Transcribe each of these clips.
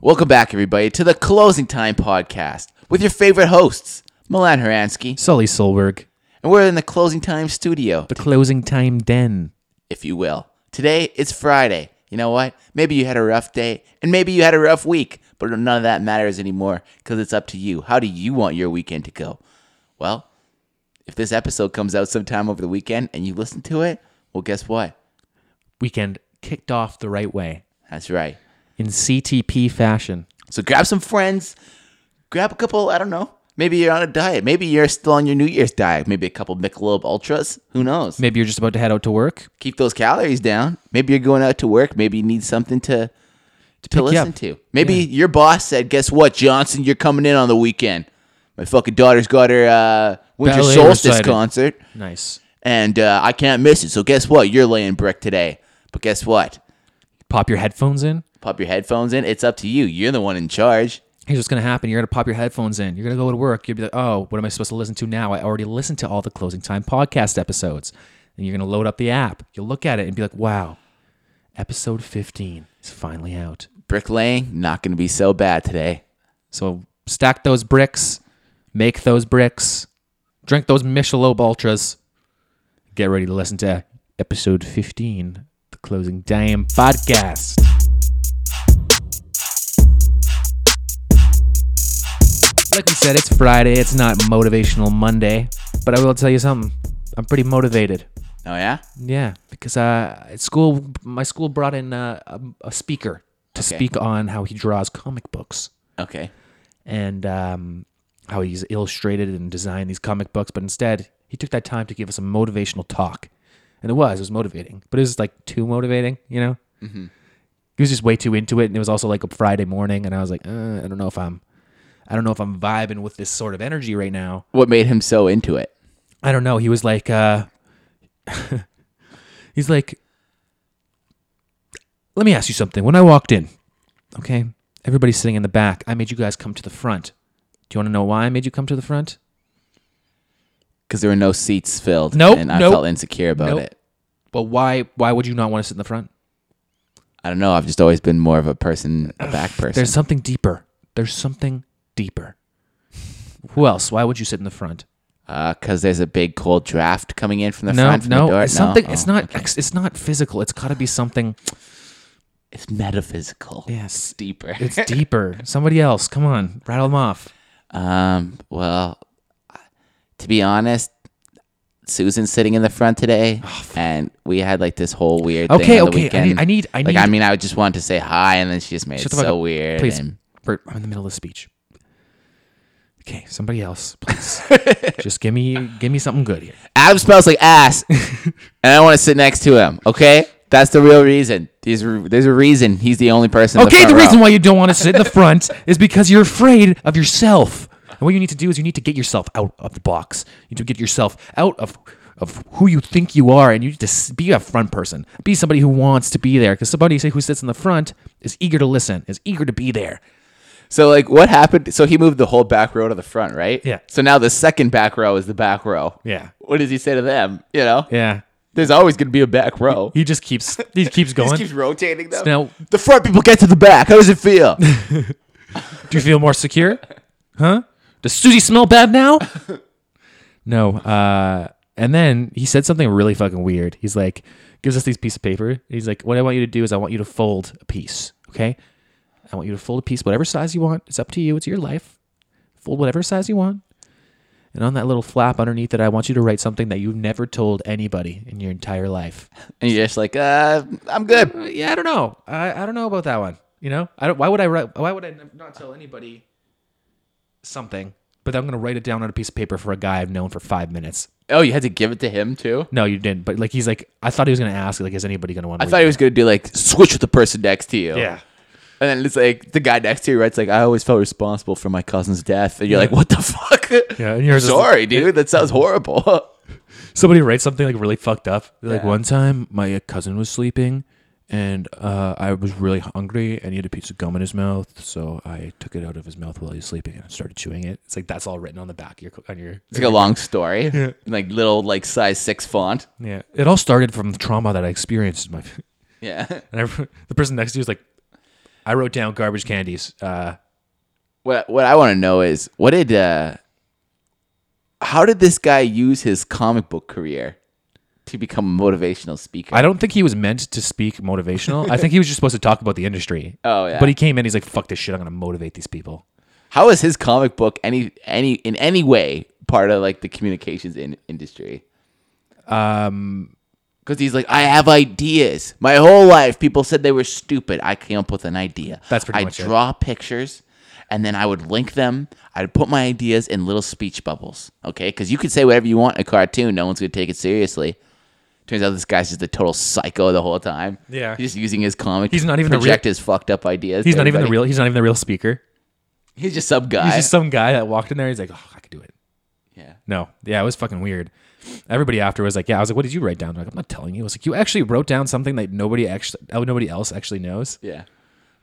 Welcome back, everybody, to the Closing Time Podcast with your favorite hosts, Milan Horansky, Sully Solberg, and we're in the Closing Time studio, the closing time den. if you will. Today, it's Friday. You know what? Maybe you had a rough day, and maybe you had a rough week, but none of that matters anymore because it's up to you. How do you want your weekend to go? Well, if this episode comes out sometime over the weekend and you listen to it, well, guess what? Weekend kicked off the right way That's right. in CTP fashion. So grab some friends, grab a couple. I don't know. Maybe you're on a diet. Maybe you're still on your New Year's diet. Maybe a couple Michelob Ultras. Who knows? Maybe you're just about to head out to work. Keep those calories down. Maybe you're going out to work. Maybe you need something to to, you listen up. to. Maybe your boss said, "Guess what, Johnson? You're coming in on the weekend. My fucking daughter's got her uh, winter Ballet solstice recital. concert, Nice and uh, I can't miss it. So guess what? You're laying brick today. But guess what? pop your headphones in. Pop your headphones in. It's up to you. You're the one in charge. Here's what's gonna happen. You're gonna pop your headphones in. You're gonna go to work. You'll be like, oh, what am I supposed to listen to now? I already listened to all the closing time podcast episodes. And you're gonna load up the app. You'll look at it and be like, wow, episode 15 is finally out. Bricklaying not going to be so bad today. So stack those bricks, make those bricks, drink those Michelob Ultras. Get ready to listen to episode 15, the closing damn podcast. Like we said, it's Friday. It's not motivational Monday, but I will tell you something. I'm pretty motivated. Oh yeah, Yeah, because uh, at school, my school brought in uh, a, a speaker to Okay. speak on how he draws comic books okay. and um, how he's illustrated and designed these comic books. But instead, he took that time to give us a motivational talk, and it was it was motivating, but it was like too motivating, you know. Mm-hmm. He was just way too into it, and it was also like a Friday morning, and I was like, uh, I don't know if I'm, I don't know if I'm vibing with this sort of energy right now. What made him so into it? I don't know. He was like, uh, he's like, let me ask you something. When I walked in, okay, everybody's sitting in the back. I made you guys come to the front. Do you want to know why I made you come to the front? Because there were no seats filled. Nope, and I nope, felt insecure about nope. it. Well, why? Why would you not want to sit in the front? I don't know. I've just always been more of a person, a back person. There's something deeper. There's something deeper. Who else? Why would you sit in the front? Because Uh, there's a big cold draft coming in from the no, front. From no, the door. it's something. It's Oh, not. ex- It's not physical. It's got to be something. It's metaphysical. Yes, Deeper. it's deeper. Somebody else. Come on, rattle them off. Um. Well, to be honest, Susan's sitting in the front today, and we had like this whole weird. Oh, Okay, Thing on the okay, I weekend. need- I need- I Like, need- I mean, I just wanted to say hi, and then she just made Shut it the fuck so up. weird. Please, and- Bert, I'm in the middle of the speech. Okay, somebody else, please. Just give me give me something good here. Adam smells like ass, and I want to sit next to him. Okay, that's the real reason. There's a, there's a reason he's the only person. in Okay, the, the front reason row. why you don't want to sit in the front is because you're afraid of yourself. And what you need to do is you need to get yourself out of the box. You need to get yourself out of of who you think you are, and you need to s- be a front person. Be somebody who wants to be there, because somebody say who sits in the front is eager to listen, is eager to be there. So like, what happened? So he moved the whole back row to the front, right? Yeah. So now the second back row is the back row. Yeah. What does he say to them? You know, Yeah, there's always gonna be a back row. he just keeps he keeps He going. just keeps rotating them. Now- the front people get to the back. How does it feel? Do you feel more secure? Huh? Does Susie smell bad now? no. Uh, and then he said something really fucking weird. He's like, gives us these piece of paper. He's like, what I want you to do is I want you to fold a piece. Okay. I want you to fold a piece, whatever size you want. It's up to you. It's your life. Fold whatever size you want. And on that little flap underneath it, I want you to write something that you've never told anybody in your entire life. and you're just like, uh, I'm good. Yeah, I don't know. I, I don't know about that one. You know, I don't. Why would I write? Why would I n- not tell anybody something? But I'm gonna write it down on a piece of paper for a guy I've known for five minutes. Oh, you had to give it to him too. No, you didn't. But like, he's like, I thought he was gonna ask, like, is anybody gonna want? I thought he was gonna do like switch with the person next to you. Yeah. And then it's like the guy next to you writes like, "I always felt responsible for my cousin's death," and you're like, "What the fuck?" Yeah, and yours is- sorry, dude. That sounds horrible. Somebody writes something like really fucked up. They're Like one time, my cousin was sleeping, and uh, I was really hungry, and he had a piece of gum in his mouth, so I took it out of his mouth while he was sleeping and I started chewing it. It's like that's all written on the back of your co- on your It's like a long story, like little like size six font. Yeah, it all started from the trauma that I experienced in my. Yeah, And I, the person next to you is like, I wrote down garbage candies. Uh, What what I want to know is what did uh how did this guy use his comic book career to become a motivational speaker? I don't think he was meant to speak motivational. I think he was just supposed to talk about the industry. Oh, yeah. But he came in. He's like, "Fuck this shit. I'm gonna motivate these people." how is his comic book any any in any way part of like the communications in, industry? Um cuz he's like I have ideas. My whole life people said they were stupid. I came up with an idea. That's pretty I much it. draw pictures and then I would link them. I'd put my ideas in little speech bubbles, okay? Cuz you could say whatever you want in a cartoon, no one's going to take it seriously. Turns out this guy's just a total psycho the whole time. Yeah. He's just using his comic He's to not even the real- project his fucked up ideas. He's to not even the everybody. real. He's not even the real speaker. He's just some guy. He's just some guy that walked in there. He's like, "Oh, I could do it." yeah. No, yeah, it was fucking weird. Everybody after was like, "Yeah." I was like, "What did you write down?" They're like, I'm not telling you. I was like, "You actually wrote down something that nobody actually, oh, nobody else actually knows." Yeah.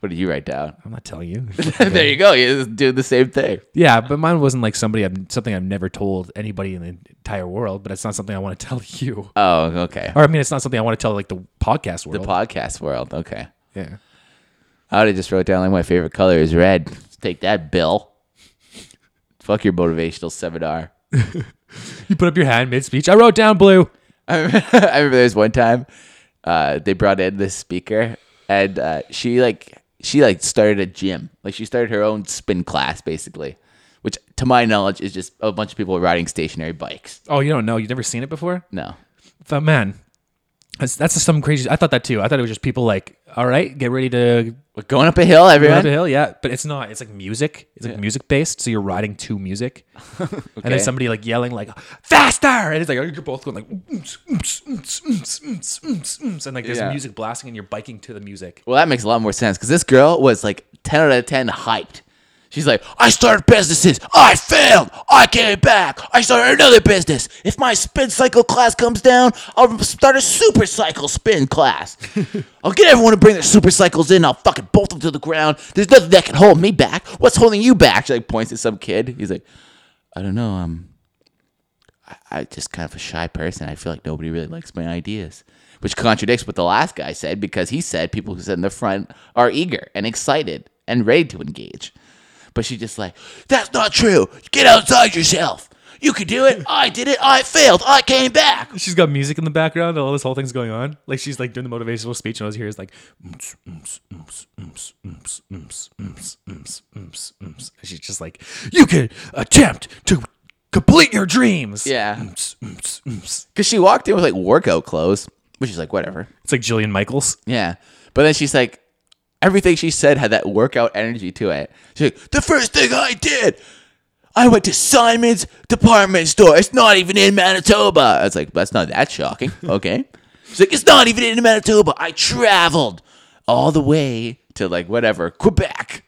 What did you write down? I'm not telling you. there you go. You just do the same thing. yeah, but mine wasn't like somebody I've, something I've never told anybody in the entire world. But it's not something I want to tell you. Oh, okay. Or I mean, it's not something I want to tell like the podcast world. Podcast world. Okay. yeah. I would have just wrote down like my favorite color is red. Take that, Bill. Fuck your motivational seminar. You put up your hand mid speech. I wrote down blue. I remember, I remember there was one time uh, they brought in this speaker, and uh, she like she like started a gym, like she started her own spin class basically, which to my knowledge is just a bunch of people riding stationary bikes. Oh, you don't know? You've never seen it before? No, Thought, man, that's that's just some crazy. I thought that too. I thought it was just people like, all right, get ready to We're going up a hill, go up a everyone. hill. Yeah, but it's not. It's like music. It's like music based. So you're riding to music, and then somebody like yelling like faster, and it's like oh, you're both going like oomps, oomps, oomps, oomps, oomps, oomps, oomps, and like there's Yeah. music blasting, and you're biking to the music. Well, that makes a lot more sense because this girl was like 10 out of 10 hyped. She's like, I started businesses. I failed. I came back. I started another business. If my spin cycle class comes down, I'll start a super cycle spin class. I'll get everyone to bring their super cycles in. I'll fucking bolt them to the ground. There's nothing that can hold me back. What's holding you back? She like points at some kid. He's like, I don't know. um, I'm I just kind of a shy person. I feel like nobody really likes my ideas, which contradicts what the last guy said because he said people who sit in the front are eager and excited and ready to engage. But she's just like, that's not true. Get outside yourself. You can do it. I did it. I failed. I came back. She's got music in the background, and all this whole thing's going on. Like she's like doing the motivational speech, and all I was here is like, "Oomph, oomph, oomph, oomph, oomph, oomph, oomph, oomph, oomph, oomph." And she's just like, you can attempt to complete your dreams. Yeah. Oomph, oomph, oomph. Because she walked in with like workout clothes, which is like, whatever. It's like Jillian Michaels. Yeah. But then she's like, everything she said had that workout energy to it. She's like, the first thing I did, I went to Simon's department store. It's not even in Manitoba. I was like, that's not that shocking. Okay. She's like, it's not even in Manitoba. I traveled all the way to like whatever, Quebec.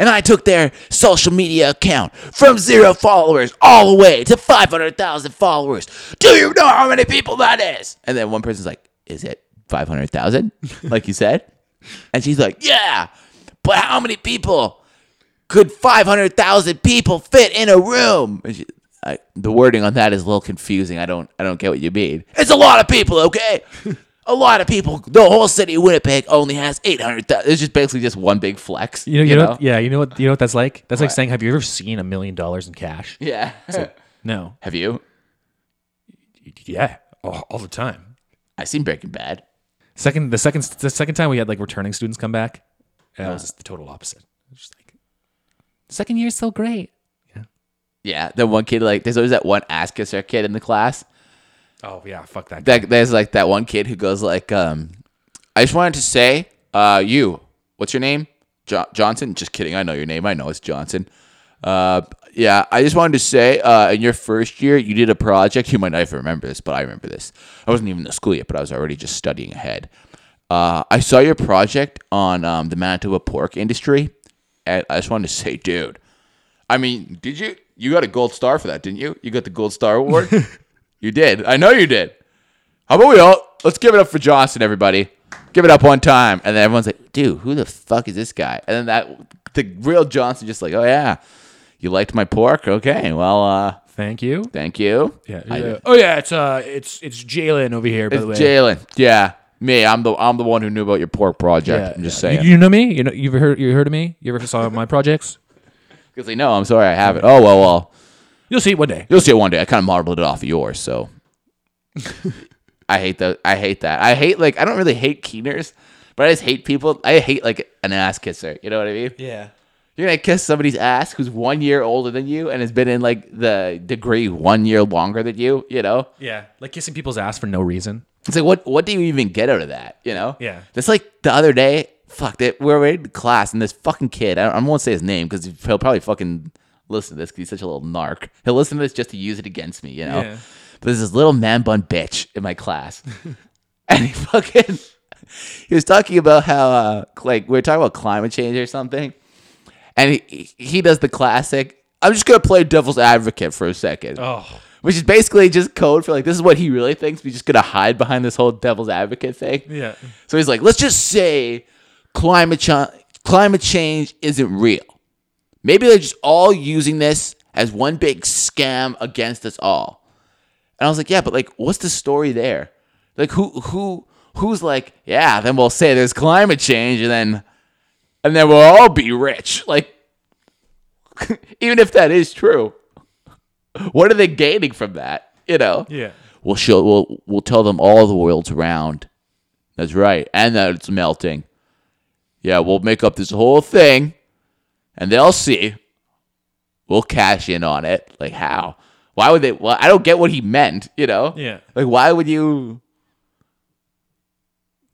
And I took their social media account from zero followers all the way to 500,000 followers. Do you know how many people that is? And then one person's like, Is it 500,000? Like you said. And she's like, Yeah, but how many people could 500,000 people fit in a room? And she, I, the wording on that is a little confusing. I don't, I don't get what you mean. It's a lot of people, okay? A lot of people. The whole city of Winnipeg only has 800,000. It's just basically just one big flex. You know, you, know, what- yeah, you know what, you know what that's like. That's like saying, have you ever seen a million dollars in cash? Yeah. No. Have you? Yeah, all, all the time. I've seen Breaking Bad. Second, the second, the second time we had like returning students come back, and I was just the total opposite. I was just like, second year's so great. Yeah, the one kid like there's always that one ass kisser kid in the class. Oh yeah, fuck that. That there's like that one kid who goes like, um, I just wanted to say, uh, you, what's your name? Jo- Johnson. Just kidding. I know your name. I know it's Johnson. Uh, yeah, I just wanted to say, uh, in your first year, you did a project. You might not even remember this, but I remember this. I wasn't even in the school yet, but I was already just studying ahead. Uh, I saw your project on um, the Manitoba pork industry, and I just wanted to say, dude, I mean, did you? You got a gold star for that, didn't you? You got the gold star award. you did. I know you did. How about we all let's give it up for Johnson, everybody. Give it up one time, and then everyone's like, "Dude, who the fuck is this guy?" And then that the real Johnson just like, "Oh yeah, you liked my pork, okay? Well, uh, Thank you. thank you." Yeah. I- yeah. Oh yeah, it's uh, it's it's Jalen over here. By the way, Jalen, yeah, Me, I'm the I'm the one who knew about your pork project. Yeah, I'm just yeah. saying. You, you know me? You know you've heard you heard of me? You ever saw my projects? Because they know I'm sorry I haven't. Oh well, well, You'll see it one day. you'll see it one day. I kind of modeled it off of yours, so I hate that. I hate that. I hate like I don't really hate keeners, but I just hate people. I hate like an ass kisser. You know what I mean? Yeah. You're gonna kiss somebody's ass who's one year older than you and has been in like the degree one year longer than you. You know, Yeah. Like kissing people's ass for no reason. it's like what what do you even get out of that? You know? Yeah. That's like the other day. Fuck it. We were in class and this fucking kid. I, don't, I won't say his name because he'll probably fucking listen to this because he's such a little narc. He'll listen to this just to use it against me. You know? Yeah. But there's this little man bun bitch in my class, and he fucking he was talking about how uh, like we were talking about climate change or something and he he does the classic. I'm just gonna play devil's advocate for a second, Oh. which is basically just code for like this is what he really thinks. We're just gonna hide behind this whole devil's advocate thing. Yeah. So he's like, let's just say climate cha- climate change isn't real. Maybe they're just all using this as one big scam against us all. And I was like, yeah, but like, what's the story there? Like, who who who's like, yeah, then we'll say there's climate change, and then and then we'll all be rich. Like, even if that is true, what are they gaining from that? You know? Yeah. We'll show. We'll we'll tell them all the world's round. That's right, and that it's melting. Yeah, we'll make up this whole thing, and they'll see. We'll cash in on it. Like how? Why would they? Well, I don't get what he meant. You know? Yeah. Like why would you?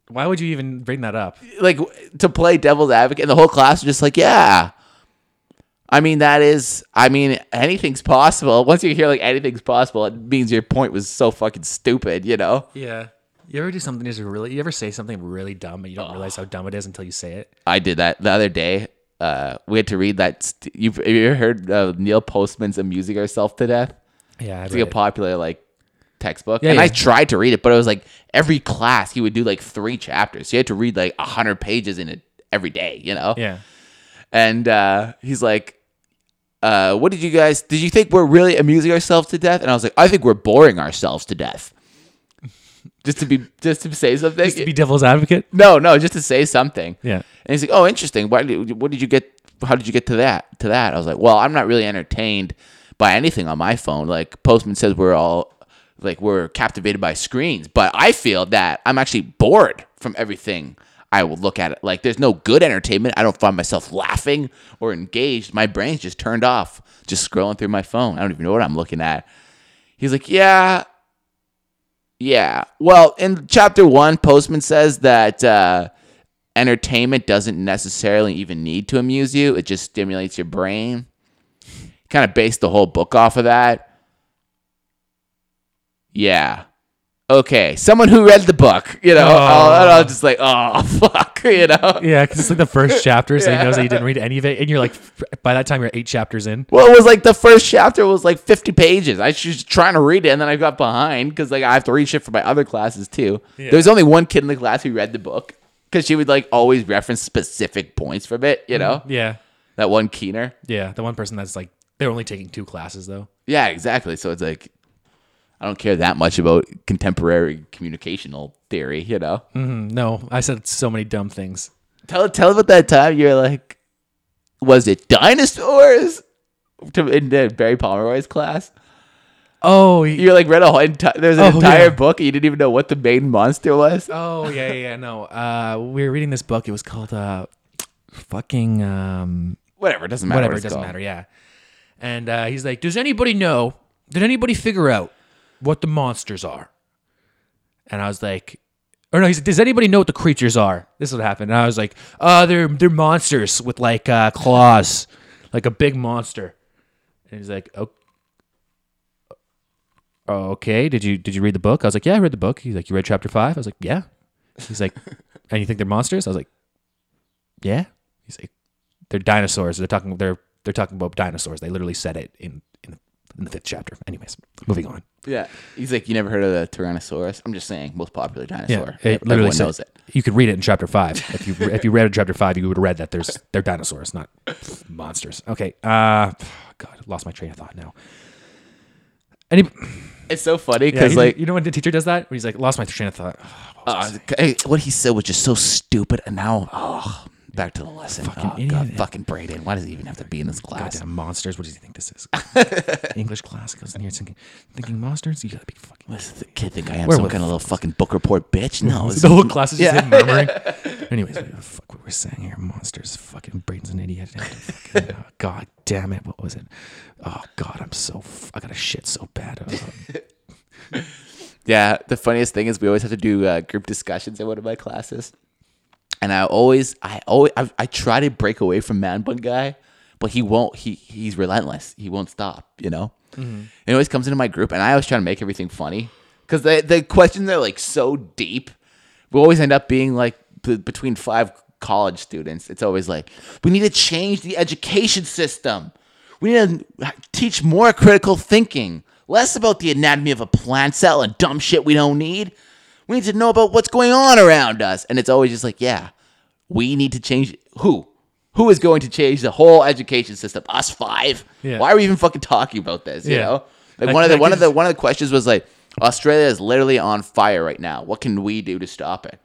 Why would you even bring that up? like to play devil's advocate and the whole class was just like yeah i mean that is i mean anything's possible once you hear like anything's possible it means your point was so fucking stupid you know Yeah. You ever do something just really you ever say something really dumb and you don't realize how dumb it is until you say it? i did that the other day uh we had to read that st- you've have you ever heard of neil postman's amusing ourselves to death Yeah. I it's like a popular like textbook Yeah, and i yeah. tried to read it but it was like every class he would do like three chapters so you had to read like 100 pages in it every day you know yeah. and uh, he's like, uh, "What did you guys? Did you think we're really amusing ourselves to death?" And I was like, "I think we're boring ourselves to death." just to be, just to say something. To be devil's advocate? no, no, just to say something. Yeah. And he's like, "Oh, interesting. Why? Did, what did you get? How did you get to that? To that?" I was like, "Well, I'm not really entertained by anything on my phone. Like Postman says, we're all like we're captivated by screens, but I feel that I'm actually bored from everything." I will look at it like there's no good entertainment. I don't find myself laughing or engaged. My brain's just turned off, just scrolling through my phone. I don't even know what I'm looking at. He's like, yeah, yeah. Well, in chapter one, Postman says that uh, entertainment doesn't necessarily even need to amuse you, it just stimulates your brain. Kind of based the whole book off of that. Yeah. Okay. Someone who read the book, you know, I'll, and I'll just like, oh, fuck, you know? Yeah, because it's like the first chapter, so he knows that you didn't read any of it, and you're like, by that time you're eight chapters in. Well, it was like the first chapter was like 50 pages. I was just trying to read it, and then I got behind because like I have to read shit for my other classes too. There was only one kid in the class who read the book because she would like always reference specific points from it. You know, Yeah, that one Keener. yeah. The one person that's like, they're only taking two classes though. Yeah, exactly. So it's like I don't care that much about contemporary communicational theory. You know, Mm, no, I said so many dumb things. tell tell about that time you're like, was it dinosaurs? To, in the Barry Pomeroy's class. Oh, You like read a whole entire there's an Oh, entire yeah. book and you didn't even know what the main monster was. oh, yeah, yeah, yeah. No, uh, we were reading this book. It was called uh, fucking um, Whatever, it doesn't matter. whatever. what It it's doesn't called. matter. Yeah, and uh, he's like, does anybody know? Did anybody figure out what the monsters are? And I was like, or no, he's like, does anybody know what the creatures are? This is what happened. And I was like, uh, they're they're monsters with like uh, claws, like a big monster. And he's like, oh. Okay, did you did you read the book? I was like, yeah, I read the book. He's like, you read chapter five? I was like, yeah. He's like, and you think they're monsters? I was like, yeah. He's like, they're dinosaurs. They're talking they're they're talking about dinosaurs. They literally said it in in, in the fifth chapter. Anyways, moving on. Yeah. He's like, You never heard of the Tyrannosaurus? I'm just saying, most popular dinosaur. it Everyone literally said- knows it. You could read it in chapter five. If you if you read it in chapter five, you would have read that there's they're dinosaurs, not monsters. Okay. Uh God, I lost my train of thought now. And he, It's so funny yeah, because you- like you know when the teacher does that, when he's like, lost my train of thought. Ugh, uh, hey, what he said was just so stupid, and now oh, back to the lesson. Fucking oh, God, idiot. fucking Braden. Why does he even have to be in this class? Goddamn monsters! What does he think this is? English class goes in here thinking, thinking monsters. You gotta be fucking. Does the kid think I am Where some was- kind of little fucking book report bitch? No, it's the whole class is just Yeah. him murmuring. Anyways, what the fuck what we're saying here? Monsters. Fucking Brayden's an idiot. And fucking, uh, God damn it! What was it? Oh God, I'm so. F- I got a shit so bad. Uh, Yeah, the funniest thing is we always have to do uh, group discussions in one of my classes, and I always, I always, I, I try to break away from man bun guy, but he won't. He he's relentless. He won't stop. You know, and he always comes into my group, and I always try to make everything funny because the the questions are like so deep. We always end up being like b- between five college students. It's always like we need to change the education system. We need to teach more critical thinking, less about the anatomy of a plant cell and dumb shit we don't need. We need to know about what's going on around us. And it's always just like, yeah, we need to change who? Who is going to change the whole education system? Us five? Yeah. Why are we even fucking talking about this? You Yeah. know? Like That- one of the that one of gives- the one of the questions was like Australia is literally on fire right now. What can we do to stop it?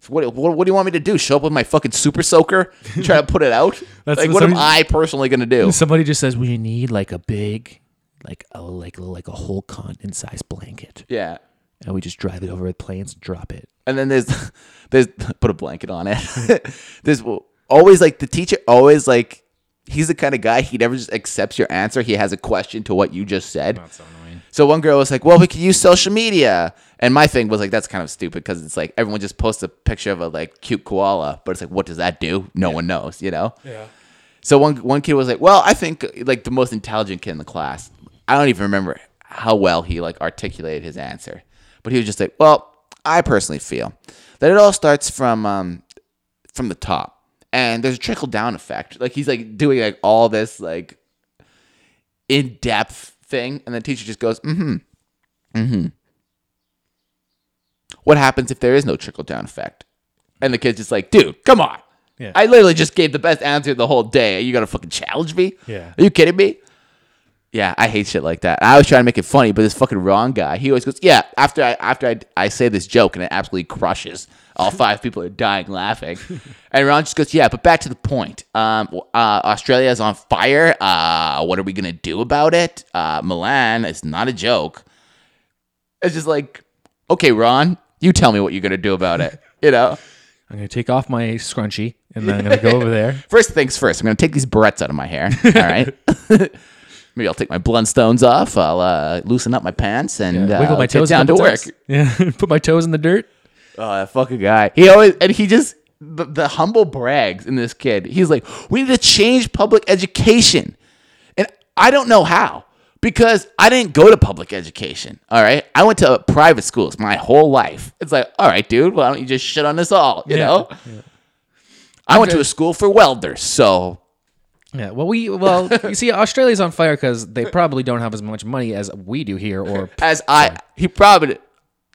So What, what, what do you want me to do? Show up with my fucking super soaker, and try to put it out? That's like, what what am somebody- I personally gonna do? somebody just says we need like a big, like a like like a whole continent sized blanket, Yeah. and we just drive it over with planes and drop it. And then there's there's put a blanket on it. there's always like the teacher always like he's the kind of guy he never just accepts your answer. He has a question to what you just said. so annoying. So one girl was like, "Well, we could use social media," and my thing was like, "That's kind of stupid because it's like everyone just posts a picture of a like cute koala, but it's like, what does that do? No one knows, you know." Yeah. So one one kid was like, "Well, I think like the most intelligent kid in the class. I don't even remember how well he like articulated his answer, but he was just like, "Well, I personally feel that it all starts from um from the top." And there's a trickle down effect. Like he's like doing like all this like in depth thing, and the teacher just goes, mm hmm, mm hmm. What happens if there is no trickle down effect? And the kid's just like, dude, come on. Yeah. I literally just gave the best answer the whole day. Are you gonna fucking challenge me? Yeah. Are you kidding me? Yeah, I hate shit like that. I was trying to make it funny, but this fucking wrong guy, he always goes, "Yeah." After I after I, I say this joke and it absolutely crushes, all five people are dying laughing, and Ron just goes, "Yeah." But back to the point. Um, w- uh, Australia is on fire. Uh, what are we gonna do about it? Uh, Milan is not a joke. It's just like, okay, Ron, you tell me what you're gonna do about it. You know. I'm gonna take off my scrunchie and then I'm gonna go over there. First things first, I'm going to take these barrettes out of my hair. All right. Maybe I'll take my Blundstones off. I'll uh, loosen up my pants and uh, Wiggle my get toes a down to couple work. times. Yeah, put my toes in the dirt. Oh, that fucking guy. He always, and he just, the, the humble brags in this kid. He's like, we need to change public education. And I don't know how because I didn't go to public education. All right. I went to private schools my whole life. It's like, all right, dude, why don't you just shit on us all? You Yeah. know? I went to a school for welders. So Yeah, well, we well, you see, Australia's on fire because they probably don't have as much money as we do here, or as I he probably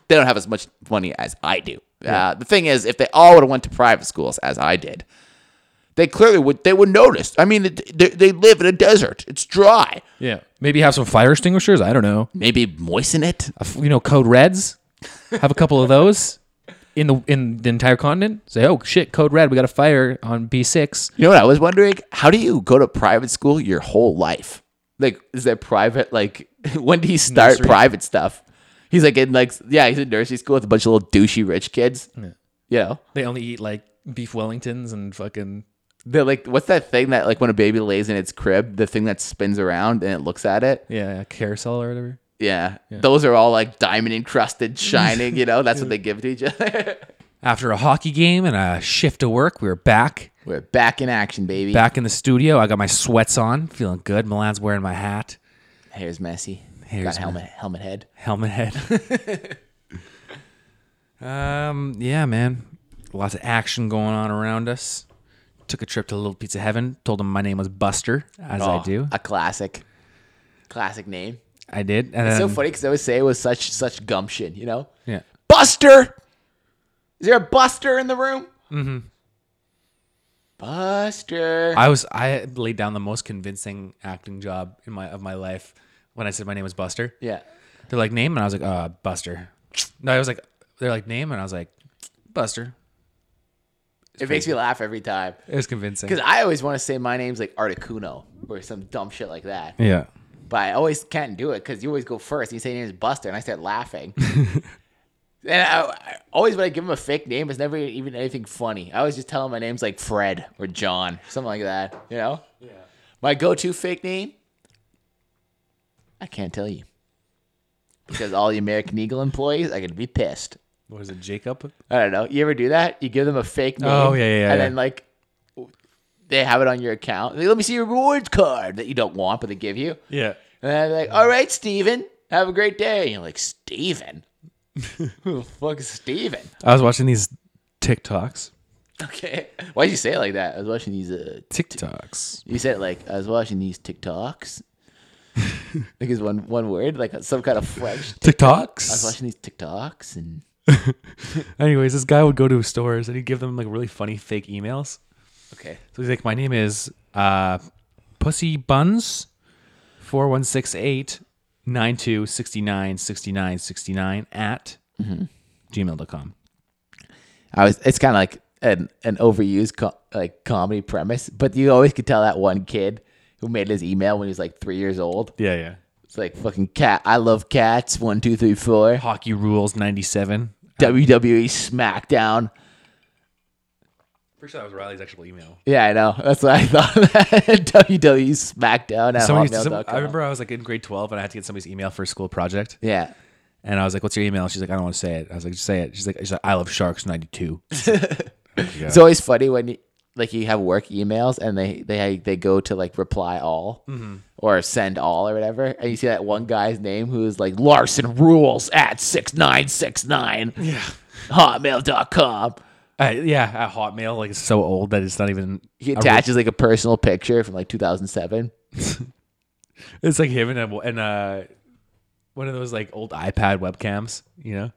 they don't have as much money as I do. Uh, the thing is, if they all would have went to private schools as I did, they clearly would they would notice. I mean, it- they, they live in a desert; it's dry. yeah, maybe have some fire extinguishers. I don't know, Maybe moisten it. A f- you know, code reds. Have a couple of those in the in the entire continent. Say, oh shit, code red, we got a fire on B six. You know what I was wondering? How do you go to private school your whole life? Like, is that private? Like, when did he start private stuff? He's like in like yeah, he's in nursery school with a bunch of little douchey rich kids. You know. They only eat like beef Wellingtons and fucking. The like, what's that thing that like when a baby lays in its crib, the thing that spins around and it looks at it? Yeah, carousel or whatever. Yeah, those are all like diamond encrusted, shining. You know, that's what they give to each other. After a hockey game and a shift of work, we were back We're back in action, baby. back in the studio. I got my sweats on, feeling good. Milan's wearing my hat, Hair's messy. Hair's Got helmet, helmet head. helmet head. um, yeah, man, lots of action going on around us. Took a trip to Little Pizza Heaven. Told them my name was Buster, as I Oh, do. a classic, classic name. I did. And So then- funny because I always say it with such such gumption. You know, Yeah. Buster. Is there a Buster in the room? Mm-hmm. Buster. I was I laid down the most convincing acting job in my of my life when I said my name was Buster. yeah. They're like name, and I was like, uh, Buster. No, I was like, they're like name, and I was like, Buster. It makes me laugh every time It was convincing. because I always want to say my name's like Articuno or some dumb shit like that. Yeah. but I always can't do it because you always go first. You say your name is Buster, and I start laughing. and I, I- always when I give him a fake name, it's never even anything funny. I always just tell him my name's like Fred or John, something like that. You know? Yeah. My go-to fake name? I can't tell you because all the American Eagle employees are gonna be pissed. What is it, Jacob? I don't know. You ever do that? You give them a fake name. Oh, yeah, yeah, yeah. And then like they have it on your account. They, Let me see your rewards card that you don't want, but they give you. Yeah. And I'm like, all right, Steven, have a great day. And you're like, Steven? Who the fuck is Steven? I was watching these TikToks. Okay. Why'd you say it like that? I was watching these, uh, TikToks. you said it like, I was watching these TikToks. like it's one, one word, like some kind of French. I was TikToks. watching these TikToks and Anyways, this guy would go to stores and he'd give them like really funny fake emails. okay. So he's like, "My name is uh, Pussy Buns, four one six eight nine two sixty nine sixty nine sixty nine at Mm-hmm. gmail.com." I was. It's kind of like an an overused co- like comedy premise, but you always could tell that one kid who made his email when he was like three years old. Yeah, yeah. It's like fucking cat. I love cats. One, two, three, four. Hockey rules ninety seven. WWE SmackDown. Pretty sure that was Riley's actual email. Yeah, I know. That's what I thought. WWE E SmackDown at Someone used to, some, hotmail.com. I remember I was like in grade twelve and I had to get somebody's email for a school project, Yeah. and I was like, "What's your email?" She's like, "I don't want to say it." I was like, "Just say it." She's like, she's like "I love sharks ninety two. It's always funny when you like you have work emails and they they they go to like reply all or send all or whatever, and you see that one guy's name who is like Larson rules at six nine six nine yeah. hotmail.com. Uh, yeah, at Hotmail, like it's so old that it's not even. He attaches like a personal picture from like 2007. It's like him and a, and uh, one of those like old iPad webcams, you know.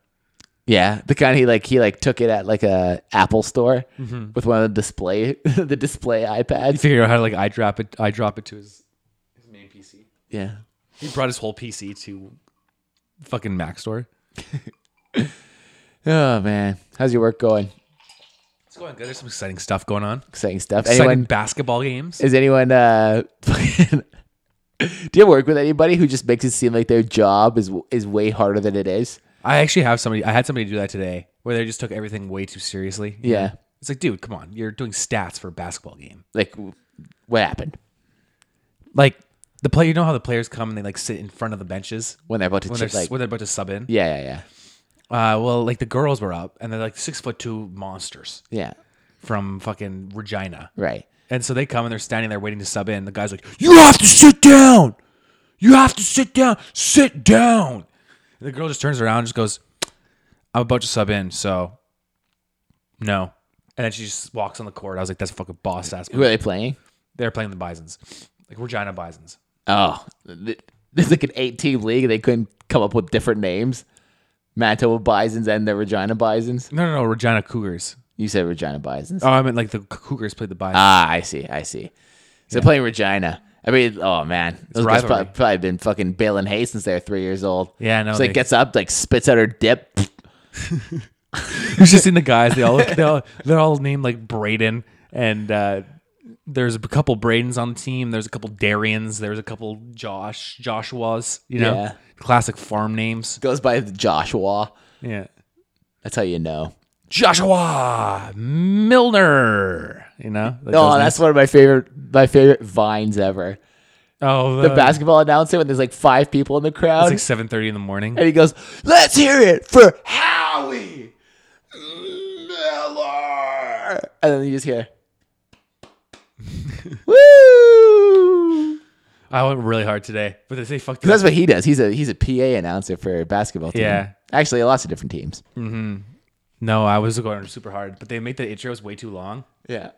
Yeah, the kind he like he like took it at like a Apple store with one of the display the display iPads. Figure out how to like I drop it, I drop it to his his main PC. Yeah. He brought his whole PC to fucking Mac store. Oh man, how's your work going? It's going good. There's some exciting stuff going on. Exciting stuff. Exciting Anyone basketball games. is anyone? Uh, fucking- do you work with anybody who just makes it seem like their job is is way harder than it is? I actually have somebody. I had somebody do that today, where they just took everything way too seriously. you Yeah. know? It's like, dude, come on. You're doing stats for a basketball game. Like, what happened Like the play. You know how the players come and they like sit in front of the benches when they're about to when chip, they're like? when they're about to sub in. yeah, yeah, yeah, Uh, well, like the girls were up, and they're like six foot two monsters yeah. from fucking Regina, Right. and so they come and they're standing there waiting to sub in. The guy's like, "You have to sit down. You have to sit down. Sit down." And the girl just turns around, and just goes, "I'm about to sub in, so no." And then she just walks on the court. I was like, "That's fucking boss ass." Who are they playing? They're playing the Bison's, like Regina Bison's. Oh, there's like an eight team league. They couldn't come up with different names. Manitoba Bisons and the Regina Bisons. No, no, no, Regina Cougars. You said Regina Bisons. Oh, I meant like the Cougars played the Bisons. Ah, I see. I see. So they're playing Regina. I mean, oh man, those guys rivalry. probably, probably been fucking bailing hay since they were three years old. Yeah, I know, So it they- gets up, like spits out her dip. You've just seen the guys. They all look, they all they're all named like Braden, and uh, there's a couple Bradens on the team. There's a couple Darians. There's a couple Josh Joshuas. You know, Yeah. classic farm names. Goes by Joshua. Yeah, That's how you know. Joshua Milner. You know, like Oh, those that's one of my favorite my favorite vines ever. names. oh the, The basketball announcer when there's like five people in the crowd, It's like seven thirty in the morning. and he goes, "Let's hear it for Howie Miller," and then you just hear, "Woo!" I went really hard today, but they say fuck. That's what he does. He's a he's a PA announcer for a basketball team. Yeah. actually, lots of different teams. No, I was going super hard, but they make the intros way too long. Yeah,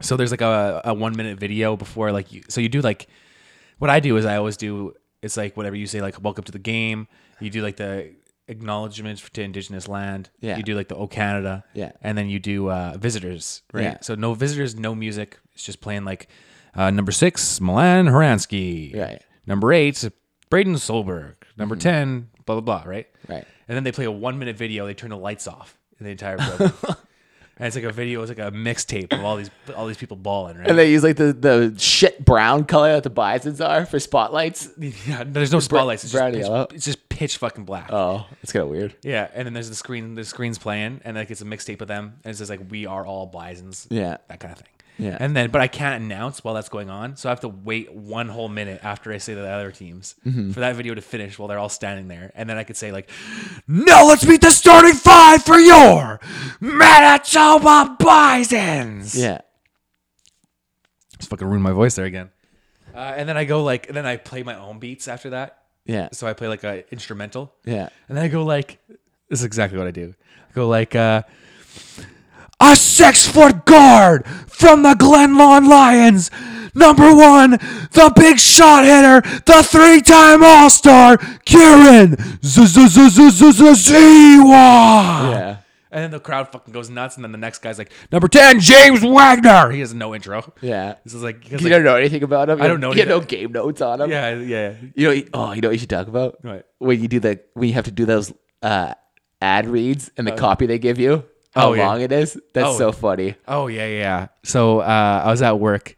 so there's like a, a one minute video before like you so you do like what i do is i always do it's like whatever you say like welcome to the game you do like the acknowledgments to indigenous land Yeah. you do like the oh canada Yeah. and then you do uh visitors right Yeah. so no visitors no music it's just playing like uh number six milan horansky Right. Mm-hmm. number eight braden solberg Number 10, blah, blah, blah, right? Right. And then they play a one minute video. They turn the lights off in the entire building. and it's like a video, it's like a mixtape of all these all these people balling, right? And they use like the, the shit brown color that the bisons are for spotlights. yeah, there's no spotlights. It's just, brown yellow. it's, it's just pitch fucking black. Oh, it's kind of weird. Yeah, and then there's the screen. The screen's playing, and like it's a mixtape of them, and it says like "We are all Bisons." Yeah. that kind of thing. Yeah. and then but I can't announce while that's going on, so I have to wait one whole minute after I say the other teams Mm-hmm. for that video to finish while they're all standing there, and then I could say like, "Now let's meet the starting five for your Manitoba Bisons." Yeah. just fucking ruined my voice there again. Uh, and then I go like, and then I play my own beats after that. Yeah. So I play like a instrumental. Yeah. And then I go like, this is exactly what I do. I go like, uh, a six foot guard from the Glenlawn Lions. Number one, the big shot hitter, the three time All Star, Kieran Zewa. Yeah. And then the crowd fucking goes nuts. And then the next guy's like, number 10, James Wagner. He has no intro. Yeah. This is like, he's You like don't know anything about him. I don't know You have no anything. game notes on him. yeah, yeah. You know. Oh, you know what you should talk about What? when you do the when you have to do those uh, ad reads and the copy they give you. How oh, yeah. long it is? That's Oh. so funny. Oh yeah, yeah. So uh, I was at work,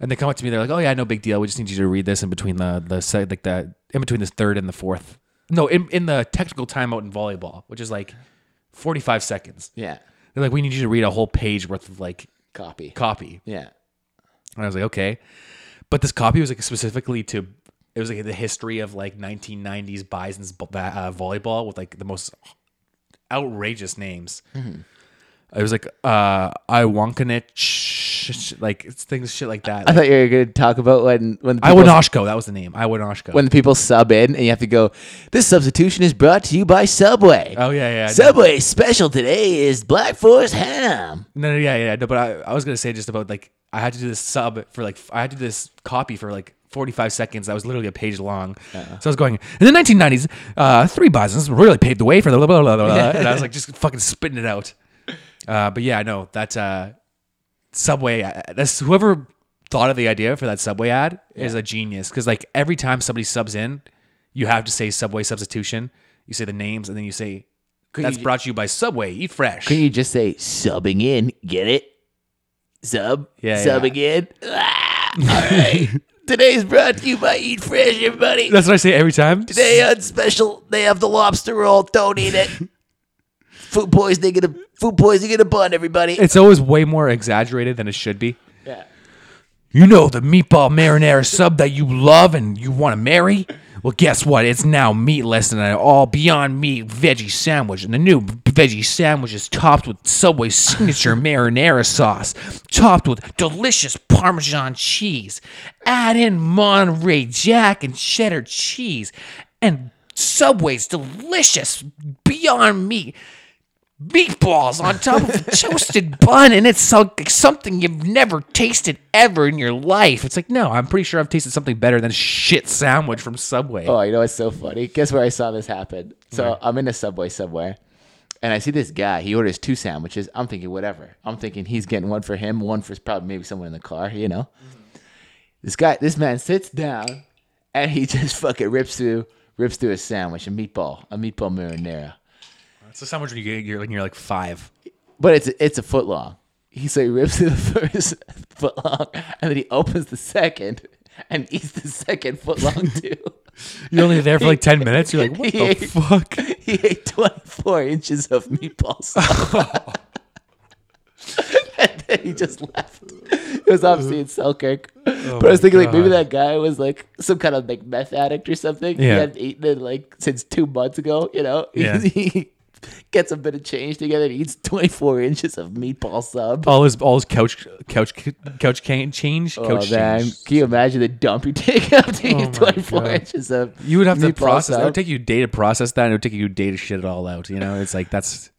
and they come up to me. They're like, "Oh yeah, no big deal. We just need you to read this in between the the se- like the in between this third and the fourth. No, in in the technical timeout in volleyball, which is like forty five seconds. Yeah. They're like, we need you to read a whole page worth of like Copy. copy. yeah. And I was like, okay, but this copy was like specifically to. It was like the history of like 1990s Bison's bo- ba- uh, volleyball with like the most outrageous names. Mm-hmm. It was like uh Iwankanich, like it's things shit like that. I Like, thought you were going to talk about when when the people, Iwanoshko, that was the name. Iwanoshko. when the people sub in and you have to go. This substitution is brought to you by Subway. oh yeah, yeah. Subway special today is Black Forest ham. No, no, yeah, yeah. No, but I, I was gonna say just about like I had to do this sub for like I had to do this copy for like 45 seconds. That was literally a page long. Uh-huh. So I was going in the 1990s. Uh, three Bisons really paved the way for the blah blah blah blah. blah. and I was like just fucking spitting it out. Uh, but yeah, I know that uh, Subway. uh, That's whoever thought of the idea for that Subway ad is a genius because like every time somebody subs in, you have to say Subway substitution. You say the names and then you say. That's you- brought to you by Subway. Eat fresh. Can you just say subbing in? Get it? Sub? Yeah, Subbing in? Ah, all right. Today's brought to you by Eat Fresh, everybody. That's what I say every time. They on special. They have the lobster roll. Don't eat it. food poisoning in a food poisoning in a bun, everybody. It's always way more exaggerated than it should be. Yeah. You know the meatball marinara sub that you love and you want to marry? Well, guess what? It's now meatless and an all Beyond Meat veggie sandwich. And the new veggie sandwich is topped with Subway's signature marinara sauce, topped with delicious Parmesan cheese. Add in Monterey Jack and cheddar cheese, and Subway's delicious Beyond Meat meatballs on top of a toasted bun, and it's so- something you've never tasted ever in your life. It's like, no, I'm pretty sure I've tasted something better than a shit sandwich from Subway. Oh, you know what's so funny? Guess where I saw this happen? So I'm in a subway somewhere, and I see this guy. He orders two sandwiches. I'm thinking, whatever. I'm thinking he's getting one for him, one for probably maybe someone in the car. You know, this guy, this man sits down, and he just fucking rips through, rips through a sandwich, a meatball, a meatball marinara. It's a sandwich when you get you're like, you're like five. But it's it's a foot long. He so he rips through the first foot long, and then he opens the second and eats the second foot long too. You're only there for like ten minutes. You're like, what the Yeah. fuck? he ate 24 inches of meatballs. and then he just left. It was obviously in Selkirk. but I was Oh my thinking, like, maybe God. that guy was like some kind of like meth addict or something. He Yeah. hadn't eaten it like since two months ago, you know? Yeah. he gets a bit of change together and eats 24 inches of meatball sub. All his all his couch couch couch can change Oh, couch man. change. Can you imagine the dump you take up to Oh, eat my 24 God. inches of You would have to meatball process. It sub? would take you a day to process that, and it would take you a day to shit it all out. You know, it's like that's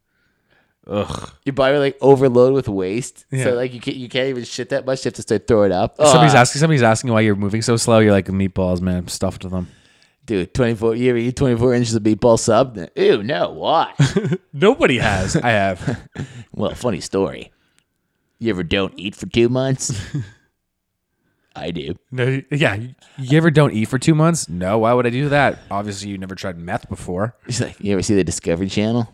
ugh. your body like overloaded with waste. Yeah. So like you can't you can't even shit that much. You have to start throwing up. Oh, Somebody's asking. Somebody's asking why you're moving so slow. You're like meatballs, man. I'm stuffed with them. dude, twenty four. You ever eat twenty four inches of meatball sub? Then- Ew, no. Why? Nobody has. I have. well, funny story. You ever don't eat for two months? I do. No, yeah. You ever don't eat for two months? No. Why would I do that? Obviously, you never tried meth before. It's like, you ever see the Discovery Channel?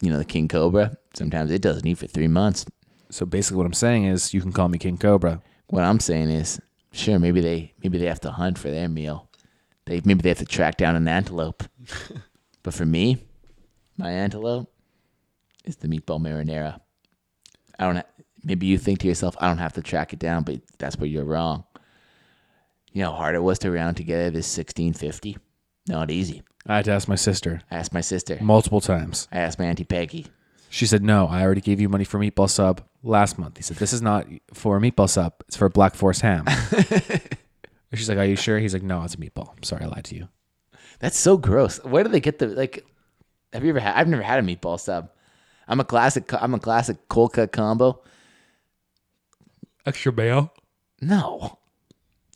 You know, the King Cobra? Sometimes it doesn't eat for three months. So basically, what I'm saying is, you can call me King Cobra. What I'm saying is, sure, maybe they maybe they have to hunt for their meal. They maybe they have to track down an antelope. but for me, my antelope is the meatball marinara. I don't. Ha- maybe you think to yourself, I don't have to track it down, but that's where you're wrong. You know how hard it was to round together this 1650. Not easy. I had to ask my sister I asked my sister. multiple times. I asked my auntie Peggy. She said, "No, I already gave you money for meatball sub last month." He said, "This is not for a meatball sub; it's for a Black Forest ham." And She's like, "Are you sure?" He's like, "No, it's a meatball. I'm sorry, I lied to you." That's so gross. Where do they get the like? Have you ever had? I've never had a meatball sub. I'm a classic. I'm a classic cold cut combo. Extra mayo. No.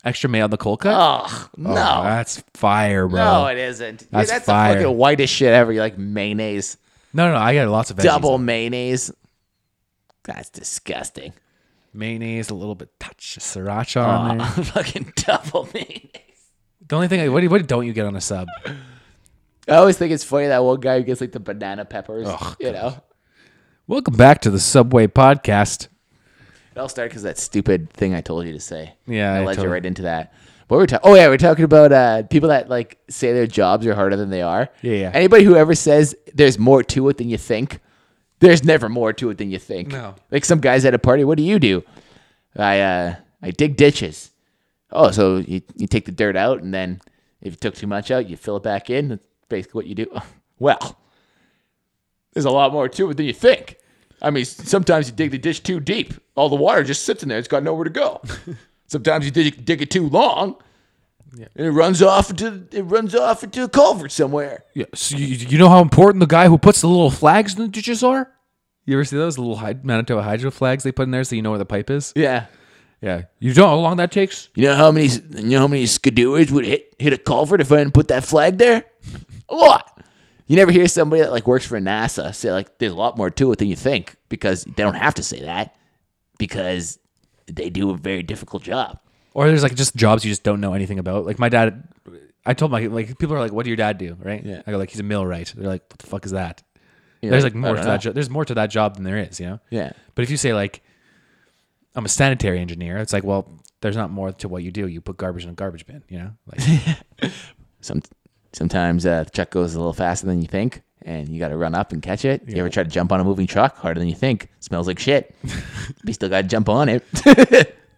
Extra mayo on the cold cut. Ugh. Oh, no. that's fire, bro. no, it isn't. Dude, That's That's, the fire. fucking whitest shit ever. You like mayonnaise, no, no, no. I got lots of veggies. double mayonnaise. That's disgusting. mayonnaise, a little bit touch of sriracha on Oh, there. fucking double mayonnaise. The only thing, I, what, do- what don't you get on a sub? I always think it's funny that one guy who gets like the banana peppers. you know, Welcome back to the Subway Podcast. it all started because that stupid thing I told you to say. Yeah, I, I led totally- you right into that. What we're talking? Oh yeah, we're talking about uh, people that like say their jobs are harder than they are. Yeah, yeah. Anybody who ever says there's more to it than you think, there's never more to it than you think. No. Like some guys at a party, what do you do? I uh, I dig ditches. Oh, so you you take the dirt out and then if you took too much out, you fill it back in. That's basically what you do. Well, there's a lot more to it than you think. I mean, sometimes you dig the ditch too deep. All the water just sits in there. It's got nowhere to go. sometimes you dig, dig it too long, and it runs off into it runs off into a culvert somewhere. Yeah, so you, you know how important the guy who puts the little flags in the ditches are? You ever see those little hyd- Manitoba hydro flags they put in there so you know where the pipe is? Yeah. Yeah. You know how long that takes? You know how many you know how many skidooers would hit hit a culvert if I didn't put that flag there? A lot. You never hear somebody that like works for NASA say like there's a lot more to it than you think because they don't have to say that because they do a very difficult job. Or there's like just jobs you just don't know anything about. Like my dad, I told my like people are like, "What do your dad do?" Right? Yeah. I go like, "He's a millwright." They're like, "What the fuck is that?" Yeah, there's like I more to don't that. know. Jo- there's more to that job than there is. You know. Yeah. But if you say like, "I'm a sanitary engineer," it's like, well, there's not more to what you do. You put garbage in a garbage bin. You know. Like, Some sometimes uh, the truck goes a little faster than you think, and you got to run up and catch it. You ever try to jump on a moving truck harder than you think? Smells like shit. but you still got to jump on it.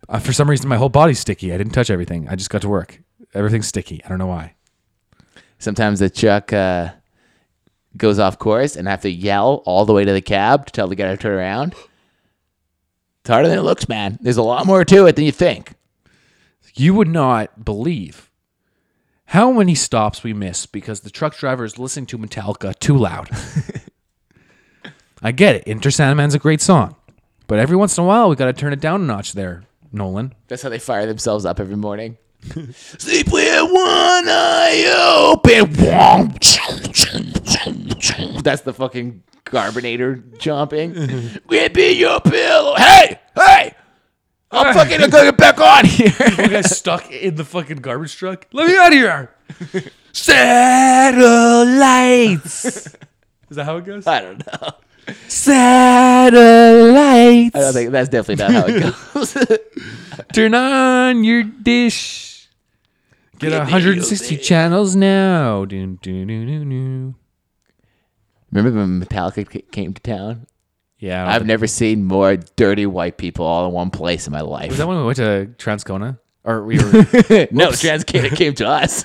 uh, for some reason, my whole body's sticky. I didn't touch everything. I just got to work. Everything's sticky. I don't know why. sometimes the truck uh, goes off course and I have to yell all the way to the cab to tell the guy to turn around. It's harder than it looks, man. There's a lot more to it than you think. You would not believe how many stops we miss because the truck driver is listening to Metallica too loud. I get it. Enter Sandman's a great song. But every once in a while, we got to turn it down a notch there, Nolan. That's how they fire themselves up every morning. Sleep with one eye open. That's the fucking carbonator chomping. Grip in your pillow. Hey, hey, I'm fucking gonna get back on here. You guys stuck in the fucking garbage truck? Let me out of here! Satellites! is that how it goes? I don't know. Satellites! I uh, don't think that's definitely not how it goes. Turn on your dish. Get Get 160 your dish. channels now. Doo, doo, doo, doo, doo. Remember when Metallica c- came to town? Yeah. I I've don't- never seen more dirty white people all in one place in my was life. that when we went to Transcona? Or we were no, Transcanada came to us.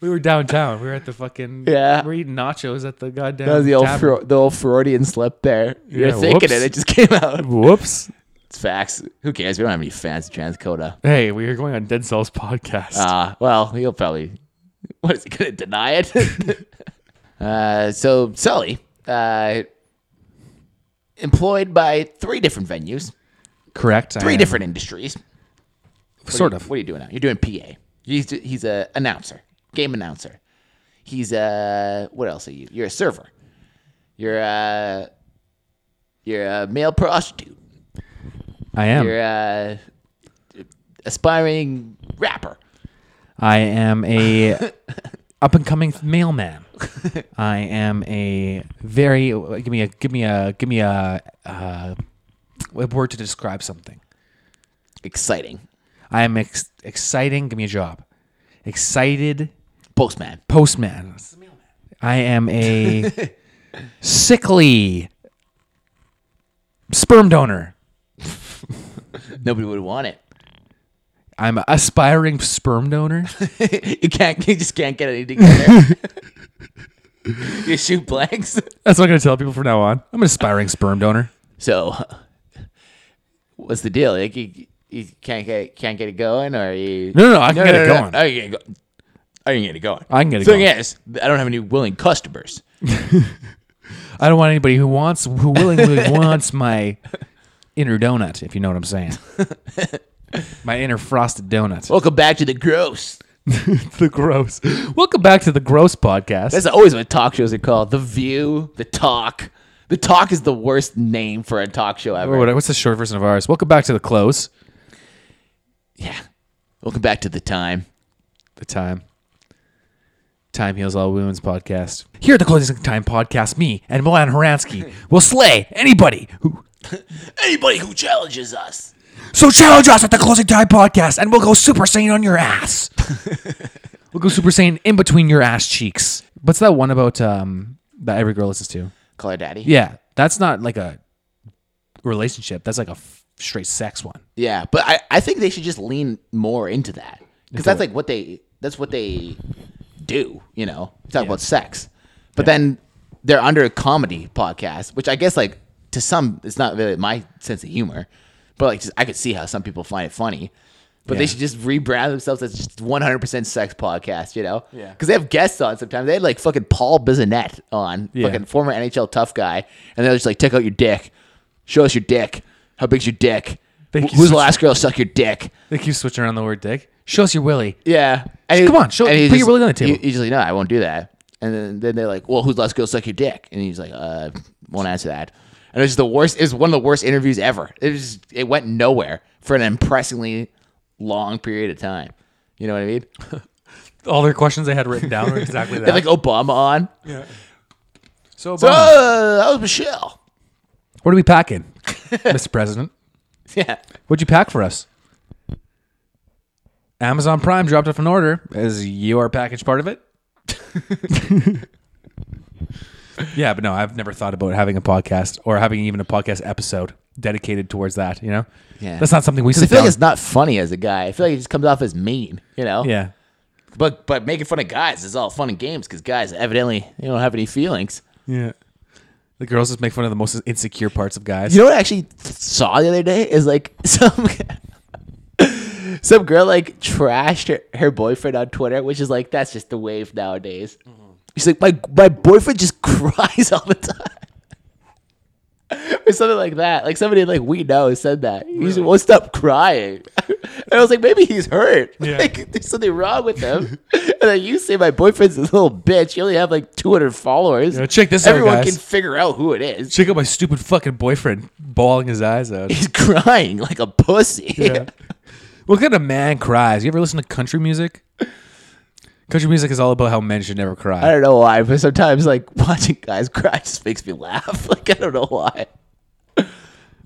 we were downtown. We were at the fucking Yeah. We were eating nachos at the goddamn. that was the old, tavern. Fro- the old Freudian slip there. You're Yeah, thinking whoops. it, it just came out. Whoops. It's facts. Who cares? We don't have any fans of Transcoda. Hey, we were going on Dead Cells podcast. Uh, well, he'll probably. What is he going to deny it? uh, so, Sully, uh, employed by three different venues, Correct. I three am. different industries. What Sort are you- of. What are you doing now? You're doing PA. He's he's a announcer, game announcer. He's a what else are you? You're a server. You're uh, a you're a male prostitute. I am. You're a aspiring rapper. I am a up and coming mailman. I am a very give me a give me a give me a uh, a word to describe something. Exciting. I am ex- exciting. Give me a job. Excited Postman. postman. I am a sickly sperm donor. Nobody would want it. I'm an aspiring sperm donor. you can't. You just can't get anything together. you shoot blanks. That's what I'm gonna tell people from now on. I'm an aspiring sperm donor. So, what's the deal? Like you, you can't get can't get it going, or you? No, no, no, I can get it going. I can get it going. I can get it going. I can get it Thing going. is, I don't have any willing customers. I don't want anybody who wants who willingly wants my inner donut, if you know what I'm saying. my inner frosted donut. Welcome back to the gross. Oh, the gross. Welcome back to the gross podcast. That's always what talk shows are called. The View, the Talk. The Talk is the worst name for a talk show ever. Or what- What's the short version of ours? Welcome back to the close. Yeah. Welcome back to the time. the time. Time heals all wounds podcast. Here at the Closing Time podcast, me and Milan Horansky will slay anybody who. Anybody who challenges us. So challenge us at the Closing Time podcast, and we'll go Super Saiyan on your ass. we'll go Super Saiyan in between your ass cheeks. What's that one about um, that every girl listens to? Call her daddy. Yeah, that's not like a relationship. That's like a f- straight sex one. Yeah, but I, I think they should just lean more into that because that's like what they that's what they do. You know, talk about sex, but then they're under a comedy podcast, which I guess like to some it's not really my sense of humor, but like just, I could see how some people find it funny. But they Yeah. should just rebrand themselves as just 100% sex podcast, you know? Yeah. Because they have guests on sometimes. They had like fucking Paul Bizanet on, Yeah. fucking former NHL tough guy, and they're just like, check out your dick, show us your dick, how big's your dick, They Wh- can Who's the switch- last girl to suck your dick? They keep switching around the word dick. Show us your willy. Yeah. And Come on, show- and he put your willy on the table. He, he's just like, no, I won't do that. And then, then they're like, well, who's the last girl to suck your dick? And he's like, uh, won't answer that. And it's the worst. It was one of the worst interviews ever. It was. It went nowhere for an impressingly long period of time. You know what I mean? All their questions I had written down were exactly They had, like Obama on. so, So uh, that was Michelle. what are we packing, Mr. President? Yeah. What'd you pack for us? Amazon Prime dropped off an order. Is your package part of it? yeah, but no, I've never thought about having a podcast or having even a podcast episode dedicated towards that. You know, Yeah. that's not something we I sit feel down. like it's not funny as a guy. I feel like it just comes off as mean. You know. yeah, But but making fun of guys is all fun and games because guys evidently they don't have any feelings. yeah. The girls just make fun of the most insecure parts of guys. You know what I actually saw the other day is like some some girl like trashed her, her boyfriend on Twitter, which is like that's just the wave nowadays. Mm-hmm. She's like my my boyfriend just cries all the time. Or something like that. Like somebody like we know said that. He just won't stop crying. And I was like, maybe he's hurt. Yeah. Like there's something wrong with him. and then you say my boyfriend's a little bitch. You only have like 200 followers. Yeah, check this out, Everyone guys. can figure out who it is Check out my stupid fucking boyfriend bawling his eyes out. he's crying like a pussy. Yeah. what kind of man cries? You ever listen to country music? Country music is all about how men should never I cry. don't know why, but sometimes like watching guys cry just makes me laugh. Like I don't know why.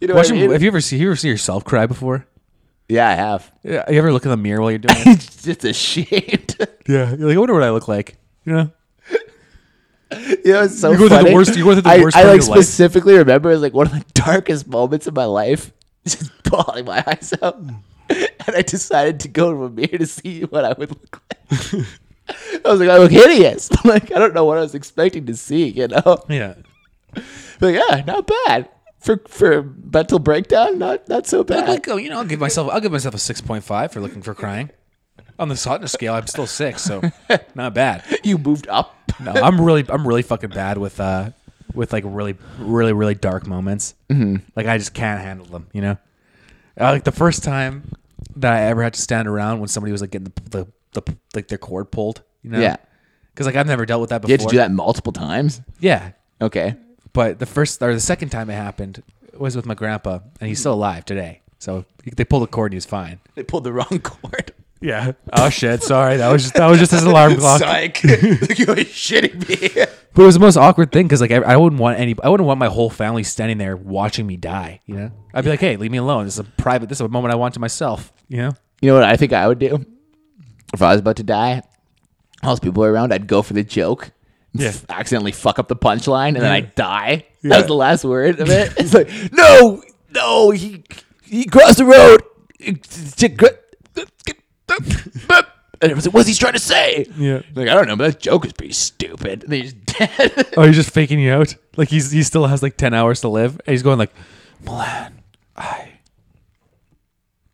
You know Watch what I him- mean? have you ever see you ever see yourself cry before? yeah, I have. Yeah. You ever look in the mirror while you're doing it? It's just ashamed. yeah. You're like, I wonder what I look like. You know? you know, it's so You go through the funny. worst- you go through the I, worst I period like of life. specifically remember as like one of the darkest moments of my life, just bawling my eyes out, and I decided to go to a mirror to see what I would look like. I was like, I look hideous. like I don't know what I was expecting to see. You know. Yeah. Like, yeah, not bad for for mental breakdown. Not not so I'm bad. like, oh, you know, I'll give myself I'll give myself a six point five for looking for crying. On this hotness scale, I'm still six, so not bad. You moved up. No, I'm really I'm really fucking bad with uh with like really really really dark moments. Mm-hmm. Like I just can't handle them, you know. Uh, like the first time that I ever had to stand around when somebody was like getting the the, the like their cord pulled, you know. Yeah. Because like I've never dealt with that before. You had to do that multiple times. Yeah. Okay. But the first or the second time it happened was with my grandpa, and he's still alive today. So they pulled the cord and he's fine. They pulled the wrong cord. Yeah. Oh shit. Sorry. That was just that was just his alarm clock. Psych. Look, you were shitting me. But it was the most awkward thing because like I, I wouldn't want any I wouldn't want my whole family standing there watching me die. You know, I'd be like, hey, leave me alone. This is a private. This is a moment I want to myself. You know. You know what I think I would do? If I was about to die, all those people were around, I'd go for the joke. Yeah. f- accidentally fuck up the punchline and then I die. That was the last word of it. It's like, no, no, he he crossed the road. And it was like, what's he trying to say? Yeah. Like, I don't know, but that joke is pretty stupid. And then he's dead. Oh, he's just faking you out. Like he's he still has like ten hours to live. And he's going like, Milan, I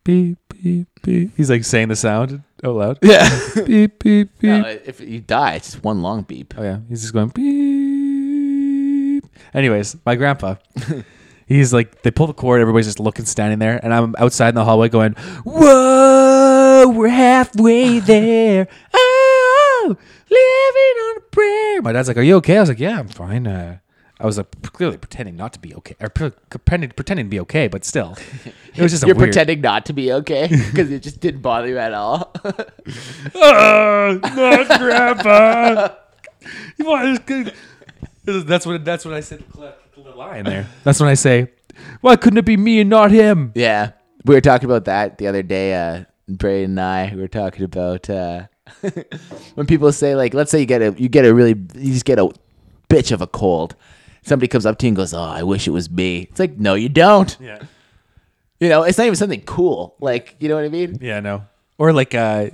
beep beep beep. He's like saying the sound out loud. yeah. beep beep beep. Uh, if you die, it's just one long beep. Oh yeah, he's just going beep. Anyways, my grandpa, he's like they pull the cord, everybody's just looking, standing there, and I'm outside in the hallway going, "Whoa, we're halfway there." Oh, living on a prayer. My dad's like, "Are you okay?" I was like, "Yeah, I'm fine." Uh, I was like, clearly pretending not to be okay, or pre- pretending pretending to be okay, but still, it was just a You're weird. pretending not to be okay because it just didn't bother you at all. Oh, not grandpa. You want this good- That's what that's what I said. The cl- line there. That's when I say, "Why couldn't it be me and not him?" Yeah. We were talking about that the other day, uh Bray and I we were talking about uh when people say like let's say you get a you get a really you just get a bitch of a cold. Somebody comes up to you and goes, "Oh, I wish it was me." It's like, "No, you don't." Yeah. You know, it's not even something cool. Like, you know what I mean? Yeah. No. Or like, uh,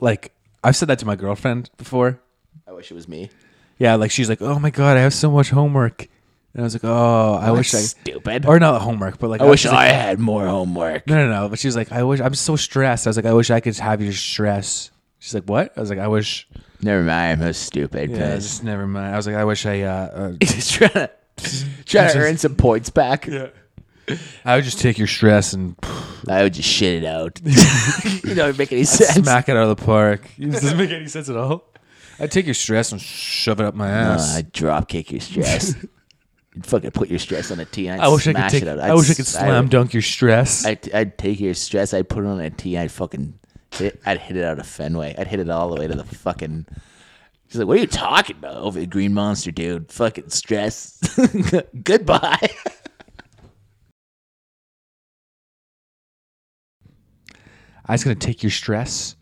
like I've said that to my girlfriend before. I wish it was me. Yeah. Like she's like, "Oh my god, I have so much homework," and I was like, "Oh, I wish I." stupid. Or not homework, but like I wish she's like, I had more homework. No, no, no. But she's like, I wish I'm so stressed. I was like, I wish I could have your stress. She's like, what? I was like, I wish. Never mind, I'm a stupid. Yeah, Yeah, just never mind. I was like, I wish I. Uh, uh, He's trying to trying to earn some points back. I would just take your stress and I would just shit it out. you know, it make any sense. smack it out of the park. It doesn't make any sense at all. I'd take your stress and shove it up my ass. Uh, I'd drop kick your stress. You'd fucking put your stress on a tee. And I'd I wish I could smash take. It out. I wish I could s- slam dunk your stress. I'd, I'd take your stress. I'd put it on a tee. I'd fucking. Hit, I'd hit it out of Fenway. I'd hit it all the way to the fucking. She's like, "What are you talking about over the Green Monster, dude? Fucking stress. Goodbye." I was gonna take your stress.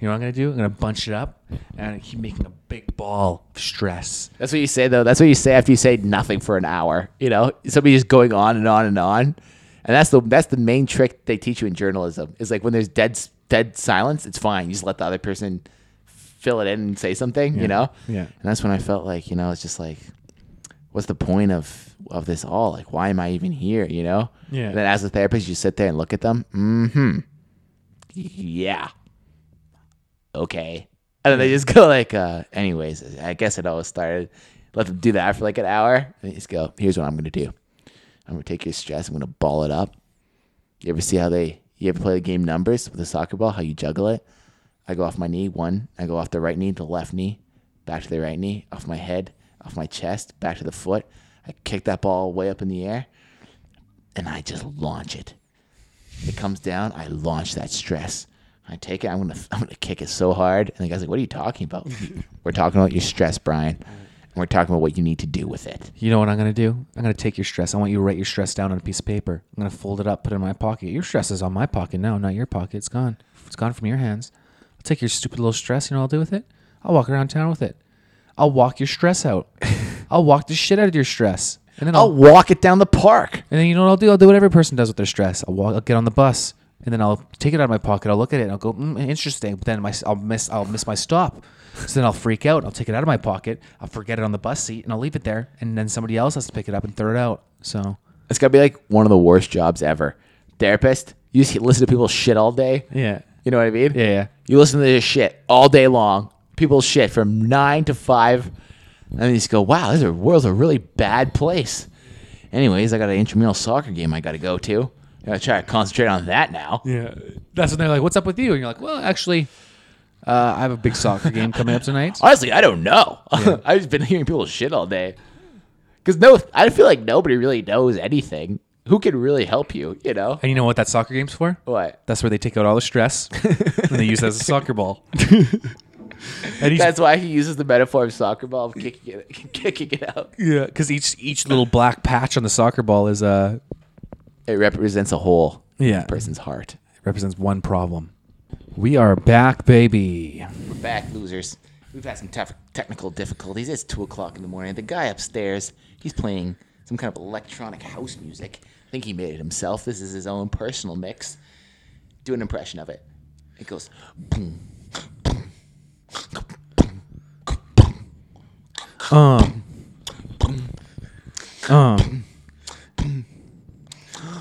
You know what I'm gonna do? I'm gonna bunch it up and I keep making a big ball of stress. That's what you say though. That's what you say after you say nothing for an hour. You know, somebody just going on and on and on, and that's the that's the main trick they teach you in journalism. Is like when there's dead s- dead silence, it's fine. You just let the other person fill it in and say something. You know. Yeah. And that's when I felt like you know it's just like, what's the point of of this all? Like, why am I even here? You know. Yeah. And then as a therapist, you sit there and look at them. Mm-hmm. Yeah okay. And then they just go like, uh, anyways, I guess it always started. Let them do that for like an hour. And they just go, here's what I'm gonna do. I'm gonna take your stress, I'm gonna ball it up. You ever see how they you ever play the game numbers with a soccer ball, how you juggle it? I go off my knee, one, I go off the right knee, the left knee, back to the right knee, off my head, off my chest, back to the foot. I kick that ball way up in the air and I just launch it. It comes down. I launch that stress. I take it. I'm gonna I'm gonna kick it so hard. And the guy's like, "What are you talking about? we're talking about your stress, Brian. And we're talking about what you need to do with it." You know what I'm gonna do? I'm gonna take your stress. I want you to write your stress down on a piece of paper. I'm gonna fold it up, put it in my pocket. Your stress is on my pocket now, not your pocket. It's gone. It's gone from your hands. I'll take your stupid little stress. You know what I'll do with it? I'll walk around town with it. I'll walk your stress out. I'll walk the shit out of your stress. And then I'll, I'll walk it down the park. and then you know what I'll do? I'll do what every person does with their stress. I'll walk. I'll get on the bus, and then I'll take it out of my pocket. I'll look at it. and I'll go, mm, interesting. But then my, I'll miss. I'll miss my stop. So then I'll freak out. I'll take it out of my pocket. I'll forget it on the bus seat, and I'll leave it there. And then somebody else has to pick it up and throw it out. So It's gotta be like one of the worst jobs ever. Therapist, you just listen to people shit all day. yeah, You know what I mean? yeah, yeah. You listen to this shit all day long. People shit from nine to five, and then you just go, "Wow, this is- world's a really bad place." Anyways, I got an intramural soccer game I got to go to. I gotta try to concentrate on that now. Yeah. That's when they're like, "What's up with you?" And you're like, "Well, actually, uh, I have a big soccer game coming up tonight." Honestly, I don't know. I've just been hearing people shit all day. Cause no, I feel like nobody really knows anything. who could really help you? You know And you know what that soccer game's for? what? That's where they take out all the stress and they use it as a soccer ball. and each, That's why he uses the metaphor of soccer ball of kicking it, kicking it out. yeah, because each each little black patch on the soccer ball is uh It represents a whole yeah person's heart. represents one problem. We are back, baby. We're back, losers. We've had some tef- technical difficulties. It's two o'clock in the morning. The guy upstairs, he's playing some kind of electronic house music. I think he made it himself. This is his own personal mix. Do an impression of it. It goes. boom. Um. Um.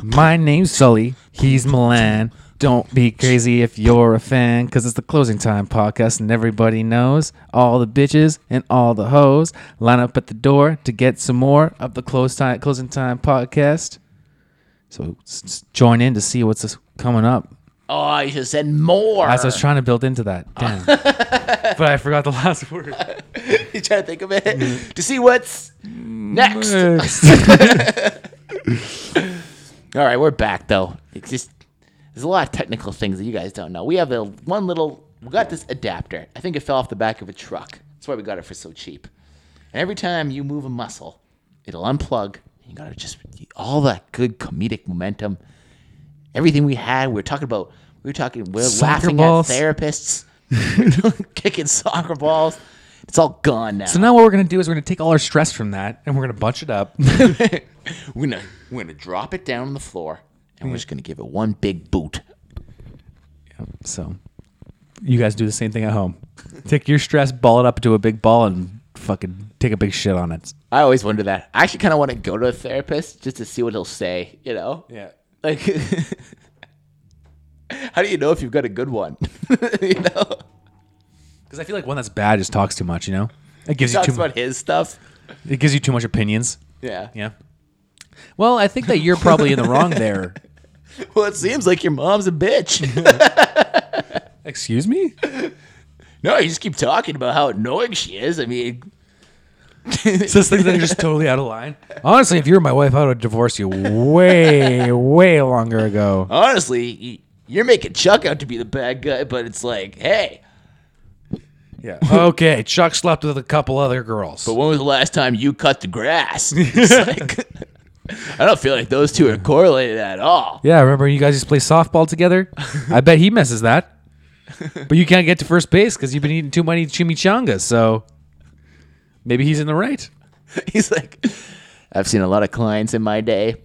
My name's Sully. He's Milan. Don't be crazy if you're a fan, because it's the closing time podcast, and everybody knows all the bitches and all the hoes line up at the door to get some more of the close time closing time podcast. So s- s- join in to see what's coming up. Oh, you should have said more. As I was trying to build into that, damn, but I forgot the last word. you trying to think of it to see what's next. Mm. All right, we're back though. It's just there's a lot of technical things that you guys don't know. We have a one little we got this adapter. I think it fell off the back of a truck. That's why we got it for so cheap. And every time you move a muscle, it'll unplug. You gotta just all that good comedic momentum. Everything we had, we were talking about. We were talking. We're Soccer laughing balls. at therapists, We're kicking soccer balls. It's all gone now. So now what we're gonna do is we're gonna take all our stress from that and we're gonna bunch it up. We're gonna we're gonna drop it down on the floor, Hmm. and we're just gonna give it one big boot. so you guys do the same thing at home. Take your stress, ball it up into a big ball, and fucking take a big shit on it. I always wonder that. I actually kind of want to go to a therapist just to see what he'll say. You know, Yeah. like how do you know if you've got a good one? you know, Because I feel like one that's bad just talks too much. You know, it gives you talks too about his stuff. mu- it gives you too much opinions. Yeah. Yeah. Well, I think that you're probably in the wrong there. Well, it seems like your mom's a bitch. Excuse me. no, you just keep talking about how annoying she is. I mean, So those things that are just totally out of line. Honestly, if you were my wife, I would have divorced you way, way longer ago. honestly, y- you're making Chuck out to be the bad guy, but it's like, hey, Yeah. Okay, Chuck slept with a couple other girls. But when was the last time you cut the grass? It's like, I don't feel like those two are correlated at all. Yeah, remember you guys used to play softball together? I bet he misses that. But you can't get to first base because you've been eating too many chimichangas. So maybe he's in the right. He's like, I've seen a lot of clients in my day.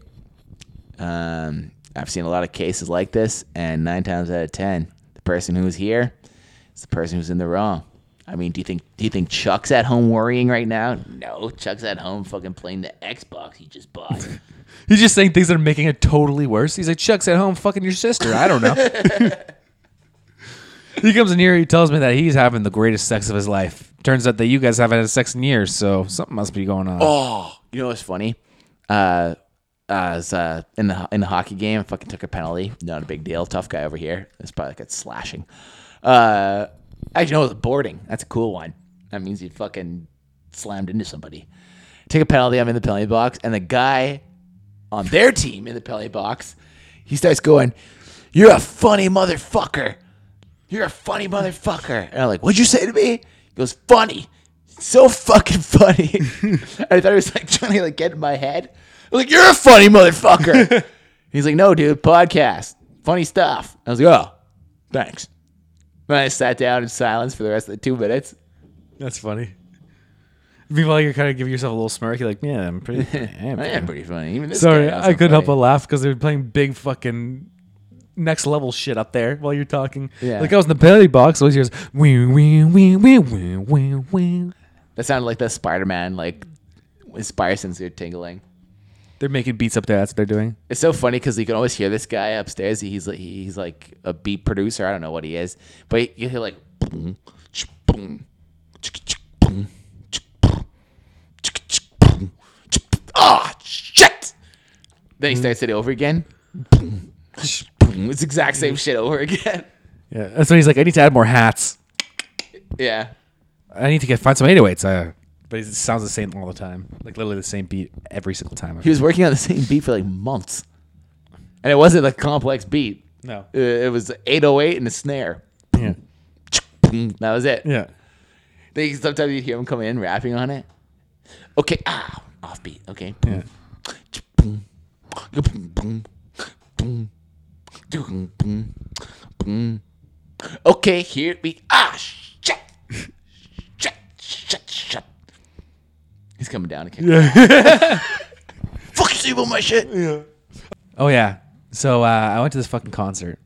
Um, I've seen a lot of cases like this, and nine times out of ten, the person who's here is the person who's in the wrong. I mean, do you think do you think Chuck's at home worrying right now? No, Chuck's at home fucking playing the Xbox he just bought. He's just saying things that are making it totally worse. He's like, Chuck's at home fucking your sister. I don't know. he comes in here, he tells me that he's having the greatest sex of his life. Turns out that you guys haven't had sex in years, so something must be going on. Oh, you know what's funny? Uh, I was uh, in the in the hockey game. I fucking took a penalty. Not a big deal. Tough guy over here. It's probably like it's slashing. Uh, actually, no, it was boarding. That's a cool one. That means you fucking slammed into somebody. Take a penalty. I'm in the penalty box, and the guy on their team in the penalty box, he starts going, "You're a funny motherfucker." You're a funny motherfucker. And I'm like, what'd you say to me? He goes, funny. So fucking funny. and I thought he was like trying to like get in my head. I was like, you're a funny motherfucker. He's like, no, dude, podcast. Funny stuff. I was like, oh, thanks. Then I sat down in silence for the rest of the two minutes. That's funny. Meanwhile, you're kind of giving yourself a little smirk. You're like, yeah, I'm pretty. I'm I pretty am pretty funny. Even this Sorry, guy knows I I'm couldn't help but funny. laugh because they were playing big fucking next level shit up there while you're talking. Yeah. Like I was in the penalty box, always hears wee wee wee wee wee wee wee. That sounded like the Spider Man, like, his spire sensor tingling. They're making beats up there. That's what they're doing. It's so funny because you can always hear this guy upstairs. He's like he's like a beat producer. I don't know what he is, but you hear like boom, chick, boom, chick, chick, boom, chick, boom, chick, chick, boom, chick, boom. Ah, shit! Then he starts it over again. Boom, sh- boom. It's the exact same shit over again. Yeah. And so he's like, I need to add more hats. Yeah, I need to get find some eight oh eights. Uh, but it sounds the same all the time. Like literally the same beat every single time. he was working on the same beat for like months. And it wasn't a complex beat. No. Uh, It was 808 and a snare. Yeah. That was it. Yeah. They sometimes you hear him come in rapping on it. Okay, ah, offbeat. Okay. Yeah. Okay, here we ah shit, shit, shit, shit. He's coming down again. Fuck you, see about my shit. Oh yeah. So uh, I went to this fucking concert,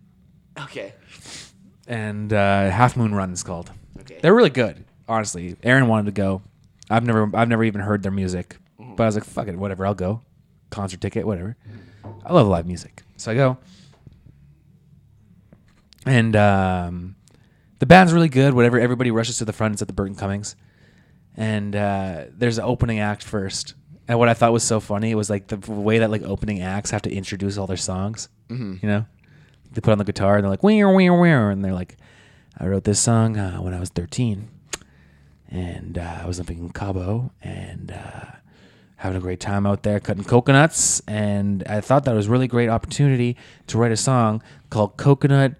Okay. and uh, Half Moon Run is called. Okay. They're really good, honestly. Aaron wanted to go. I've never, I've never even heard their music, but I was like, fuck it, whatever, I'll go. Concert ticket, whatever. I love live music, so I go. And um, the band's really good. Whatever, everybody rushes to the front. It's at the Burton Cummings, and uh, there's an opening act first. And what I thought was so funny was like the way that like opening acts have to introduce all their songs. You know, they put on the guitar and they're like, "Where, where, where," and they're like, "I wrote this song uh, when I was 13, and uh, I was living in Cabo and uh, having a great time out there cutting coconuts, and I thought that was a really great opportunity to write a song called Coconut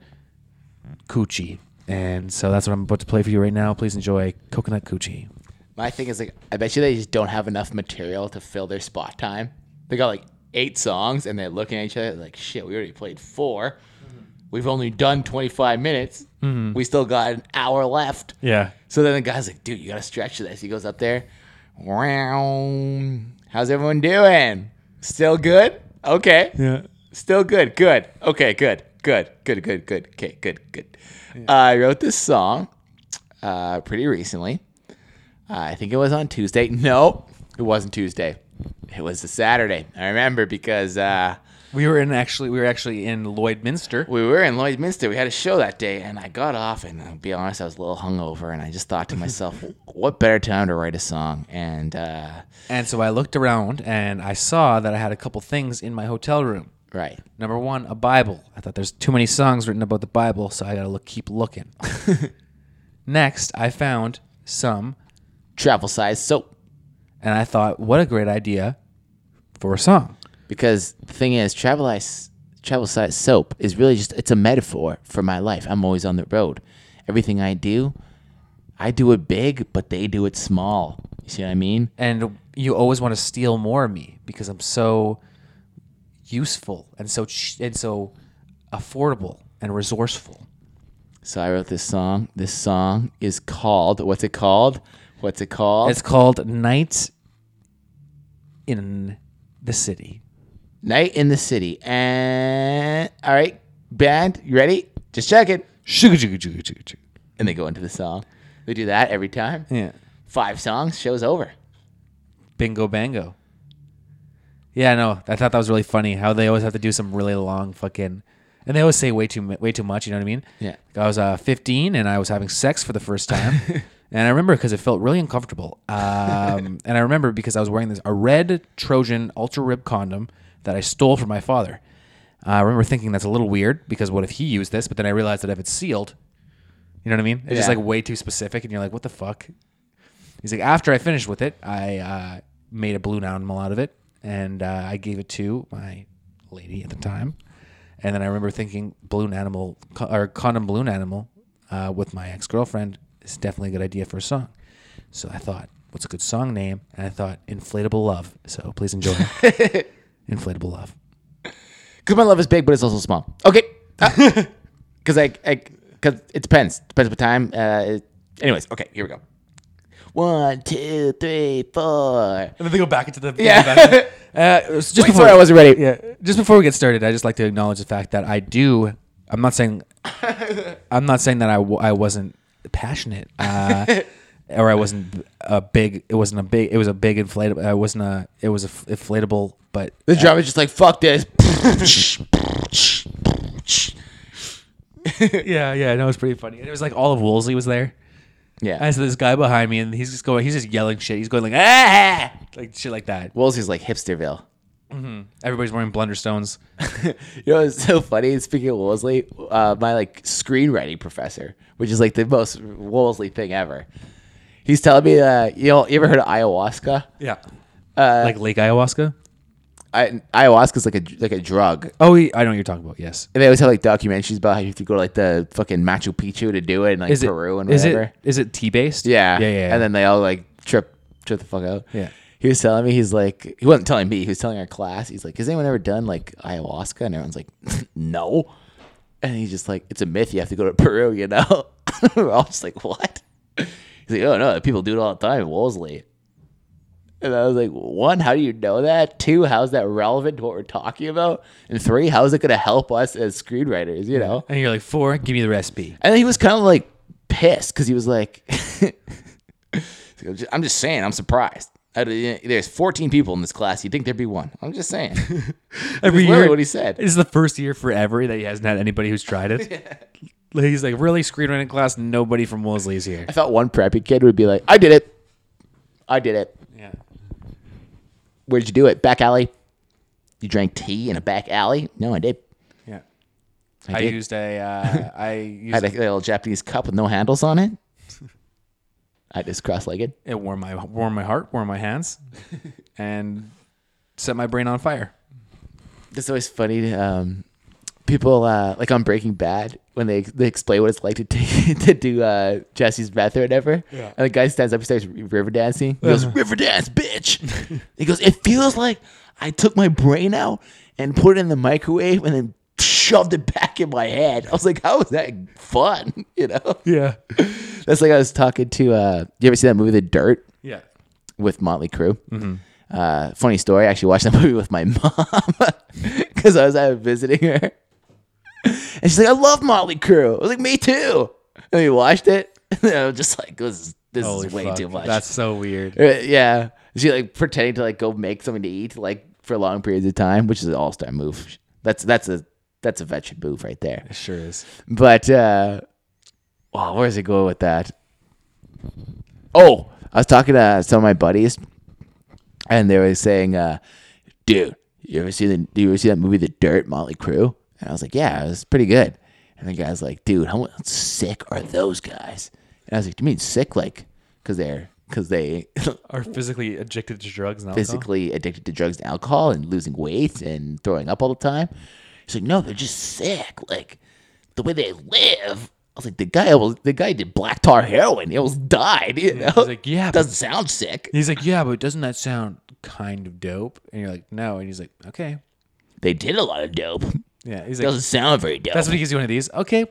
Coochie." And so that's what I'm about to play for you right now. Please enjoy Coconut Coochie. My thing is like, I bet you they just don't have enough material to fill their spot time. They got like eight songs, and they're looking at each other like, "Shit, we already played 4 We've only done 25 minutes. We still got an hour left." Yeah. So then the guy's like, "Dude, you gotta stretch this." He goes up there. Wow, how's everyone doing? Still good? Okay. Yeah. Still good. Good. Okay. Good. Good. Good. Good. Good. Okay. Good. Good. I wrote this song uh, pretty recently. I think it was on Tuesday. No, it wasn't Tuesday. It was a Saturday. I remember because uh, We were in actually we were actually in Lloydminster. we were in Lloydminster. We had a show that day, and I got off, and I'll be honest, I was a little hungover, and I just thought to myself, what better time to write a song? And uh, And so I looked around and I saw that I had a couple things in my hotel room. right. Number one, a Bible. I thought there's too many songs written about the Bible, so I gotta look, keep looking. Next, I found some, Travel size soap. and I thought, what a great idea for a song. because the thing is travel ice travel size soap is really just it's a metaphor for my life i'm always on the road everything i do i do it big but they do it small you see what i mean And you always want to steal more of me because I'm so useful and so ch- and so affordable and resourceful. so i wrote this song this song is called what's it called what's it called It's called Night in the City. night in the city and all right band you ready just check it and they go into the song they do that every time Yeah. five songs show's over Bingo bango. Yeah, no, I thought that was really funny how they always have to do some really long fucking, and they always say way too mu- way too much. You know what I mean? Yeah. Like, I was uh, 15 and I was having sex for the first time, and I remember because it felt really uncomfortable. Um, and I remember because I was wearing this a red Trojan ultra rib condom that I stole from my father. Uh, I remember thinking that's a little weird because what if he used this? But then I realized that if it's sealed, you know what I mean? It's just Yeah. like way too specific, and you're like, what the fuck? He's like, after I finished with it, I uh, made a balloon animal out of it, and uh, I gave it to my lady at the time. And then I remember thinking, balloon animal co- or condom balloon animal uh, with my ex girlfriend is definitely a good idea for a song. So I thought, what's a good song name? And I thought, inflatable love. So please enjoy, inflatable love. Because my love is big, but it's also small. Okay. Because I, I, because it depends. Depends what time. Uh, it- anyways, okay, here we go. One, two, three, four. And then they go back into the Yeah. Uh, it was just Wait, before sorry, I wasn't ready. Yeah, just before we get started, I just like to acknowledge the fact that I do. I'm not saying. I'm not saying that I, w- I wasn't passionate, uh, or I wasn't a big. It wasn't a big. It was a big inflatable. I wasn't a. It was a f- inflatable, but The drummer's just like, fuck this. yeah, yeah, no, it was pretty funny. And it was like all of Woolsey was there. yeah. And so this guy behind me, and he's just going. He's just yelling shit. He's going like ah, like shit like that. Woolsey's like hipsterville. Everybody's wearing blunderstones. You know what's so funny? Speaking of Wolseley, uh, my like screenwriting professor, which is like the most Wolseley thing ever. He's telling me, uh, you know, you ever heard of ayahuasca? Yeah, like Lake Ayahuasca. I, ayahuasca is like a like a drug. Oh, he- I know what you're talking about. Yes. And they always have like documentaries about how you have to go to like the fucking Machu Picchu to do it, and like Is it Peru and is whatever. it is it tea based? Yeah. Yeah. Yeah. And then they all like trip trip the fuck out. Yeah. He was telling me he's like he wasn't telling me, he was telling our class, he's like, Has anyone ever done like ayahuasca? And everyone's like, No. And he's just like, It's a myth, you have to go to Peru, you know? We're all just like, What? He's like, Oh no, people do it all the time in Wolseley. And I was like, one, how do you know that? Two, how's that relevant to what we're talking about? And three, how is it gonna help us as screenwriters, you know? and you're like four. Give me the recipe. And then he was kind of like pissed because he was like, I'm just saying, I'm surprised. Out of the- There's 14 people in this class. You'd think there'd be one. I'm just saying. Every literally year, what he said. This is the first year forever that he hasn't had anybody who's tried it. Like, He's like really screenwriting class. Nobody from Wolseley is here. I thought one preppy kid would be like, I did it. I did it. Yeah. Where'd you do it? Back alley? You drank tea in a back alley? No, I did. Yeah. I I, did. used a. Uh, I I had used. a little Japanese cup with no handles on it. I just cross legged. it warmed my warmed my heart, warmed my hands, and set my brain on fire. It's always funny to um, people uh, like on Breaking Bad when they they explain what it's like to take, to do uh, Jesse's meth or whatever. And the guy stands up, he starts river dancing. He goes, "River dance, bitch!" he goes, "It feels like I took my brain out and put it in the microwave and then shoved it back in my head." I was like, "How is that fun?" You know, Yeah. that's like I was talking to. Uh, you ever see that movie, The Dirt? Yeah. with Motley Crue. Mm-hmm. Uh, funny story. I actually watched that movie with my mom because I was out visiting her, and she's like, "I love Motley Crue." I was like, "Me too." And we watched it, and I was just like, "This is this Holy is way fuck. too much." That's so weird. Uh, yeah. She like pretending to like go make something to eat like for long periods of time, which is an all star move. That's that's a that's a veteran move right there. It sure is. But uh well, where's it going with that? Oh, I was talking to some of my buddies and they were saying, uh, dude, you ever see the do you ever see that movie The Dirt, Motley Crue? And I was like, Yeah, it was pretty good. And the guy's like, dude, how sick are those guys? And I was like, Do you mean sick like cause they're cause they Are physically addicted to drugs now? physically addicted to drugs and alcohol and losing weight and throwing up all the time. He's like, no, they're just sick. Like the way they live. I was like, the guy, almost, the guy did black tar heroin. He almost died. You know, He's like, yeah, but doesn't sound sick. He's like, yeah, but doesn't that sound kind of dope? And you're like, no. And he's like, okay. They did a lot of dope. Yeah. He's like, Doesn't sound very dope. that's what he gives you one of these. Okay.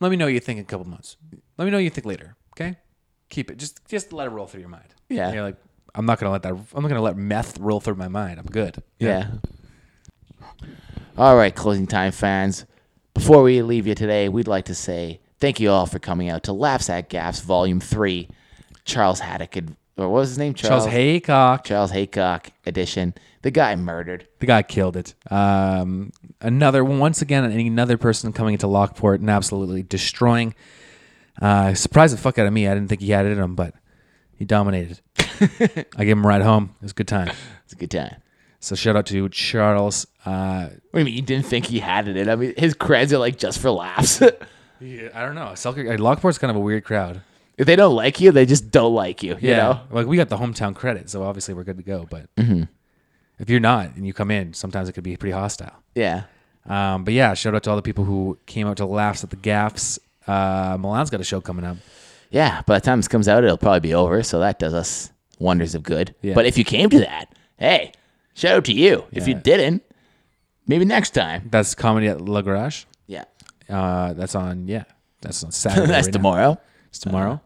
Let me know what you think in a couple months. Let me know what you think later. Okay. Keep it. Just just let it roll through your mind. Yeah. And you're like, I'm not gonna let that. I'm not gonna let meth roll through my mind. I'm good. yeah. All right, closing time fans. Before we leave you today, we'd like to say thank you all for coming out to Laughs at Gaps Volume Three. Charles Haddock, ad- or what was his name? Charles Haycock, Charles Haycock edition. The guy murdered. the guy killed it. Um, another once again, another person coming into Lockport and absolutely destroying. Uh, surprised the fuck out of me. I didn't think he had it in him, but he dominated. I gave him a ride home. It was a good time. It's a good time. So shout out to Charles. Uh, What do you mean you didn't think he had it in? I mean, his creds are like just for laughs. I don't know. Selkirk, uh, Lockport's kind of a weird crowd. if they don't like you, they just don't like you. You know? like we got the hometown credit, so obviously we're good to go. But if you're not and you come in, sometimes it could be pretty hostile. Yeah. Um, but yeah, shout out to all the people who came out to laughs at the gaffs. Uh, Milan's got a show coming up. Yeah. By the time this comes out, it'll probably be over. So that does us wonders of good. Yeah. But if you came to that, hey, shout out to you. If you Yeah. didn't, maybe next time. That's comedy at La Garage. Yeah. Uh, that's on yeah. That's on Saturday. That's right now. tomorrow. It's tomorrow.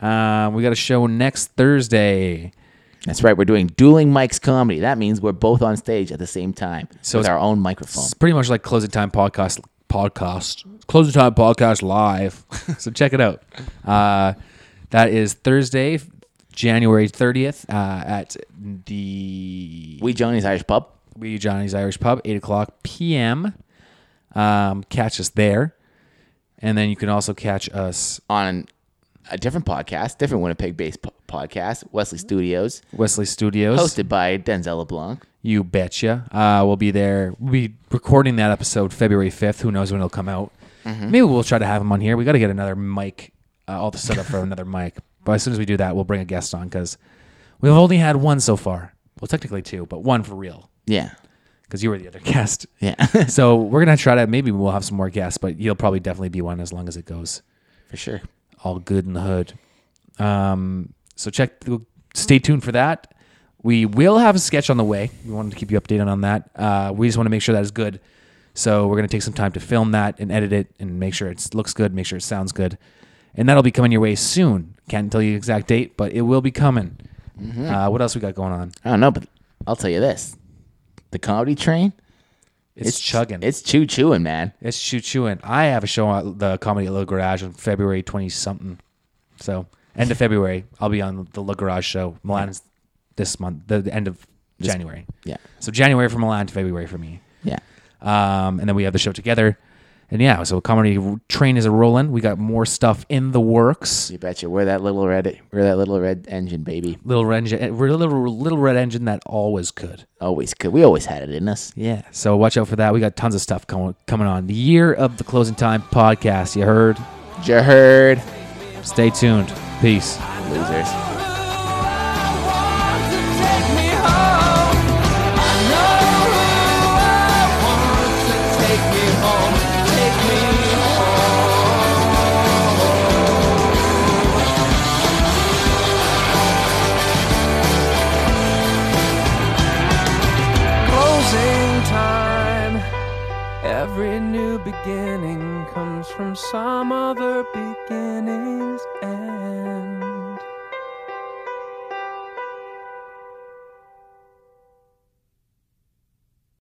Um, we got a show next Thursday. That's right. We're doing dueling mics comedy. That means we're both on stage at the same time So with it's- our own microphone. It's pretty much like Closing Time podcast. Podcast Closing Time podcast live. so check it out. Uh, that is Thursday, January thirtieth uh, at the We Johnny's Irish Pub. We Johnny's Irish Pub, eight o'clock p.m. Um, catch us there, and then you can also catch us on a different podcast, different Winnipeg-based po- podcast, Wesley Studios, Wesley Studios. hosted by Denzel LeBlanc. You betcha. Uh, we'll be there. We'll be recording that episode February 5th. Who knows when it'll come out? Maybe we'll try to have him on here. We got to get another mic, uh, all the setup for another mic. But as soon as we do that, we'll bring a guest on because we've only had one so far. Well, technically two, but one for real. Yeah. because you were the other guest. Yeah. so we're gonna try to maybe we'll have some more guests, but you'll probably definitely be one as long as it goes. For sure. All good in the hood. Um, so check, stay tuned for that. We will have a sketch on the way. We wanted to keep you updated on that. Uh, we just want to make sure that is good. So we're gonna take some time to film that and edit it and make sure it looks good, make sure it sounds good, and that'll be coming your way soon. Can't tell you the exact date, but it will be coming. Uh, what else we got going on? I don't know, but I'll tell you this. The comedy train, It's, chugging. It's choo chewing, man. It's Choo Chewin. I have a show at the Comedy at Le Garage on February 20 something. So, end of February, I'll be on the Le Garage show. Milan's this month, the, the end of January. Yeah. So, January for Milan to February for me. Yeah. Um, and then we have the show together. And yeah, so Comedy Train is a rolling. We got more stuff in the works. You betcha. We're that little red we're that little red engine, baby. Little Red Engine, eh, we're a little, little Red Engine that always could. Always could. We always had it in us. Yeah. So watch out for that. We got tons of stuff coming coming on. The year of the closing time podcast. You heard? You heard. Stay tuned. Peace. Losers. Closing time. Every new beginning comes from some other beginning's end.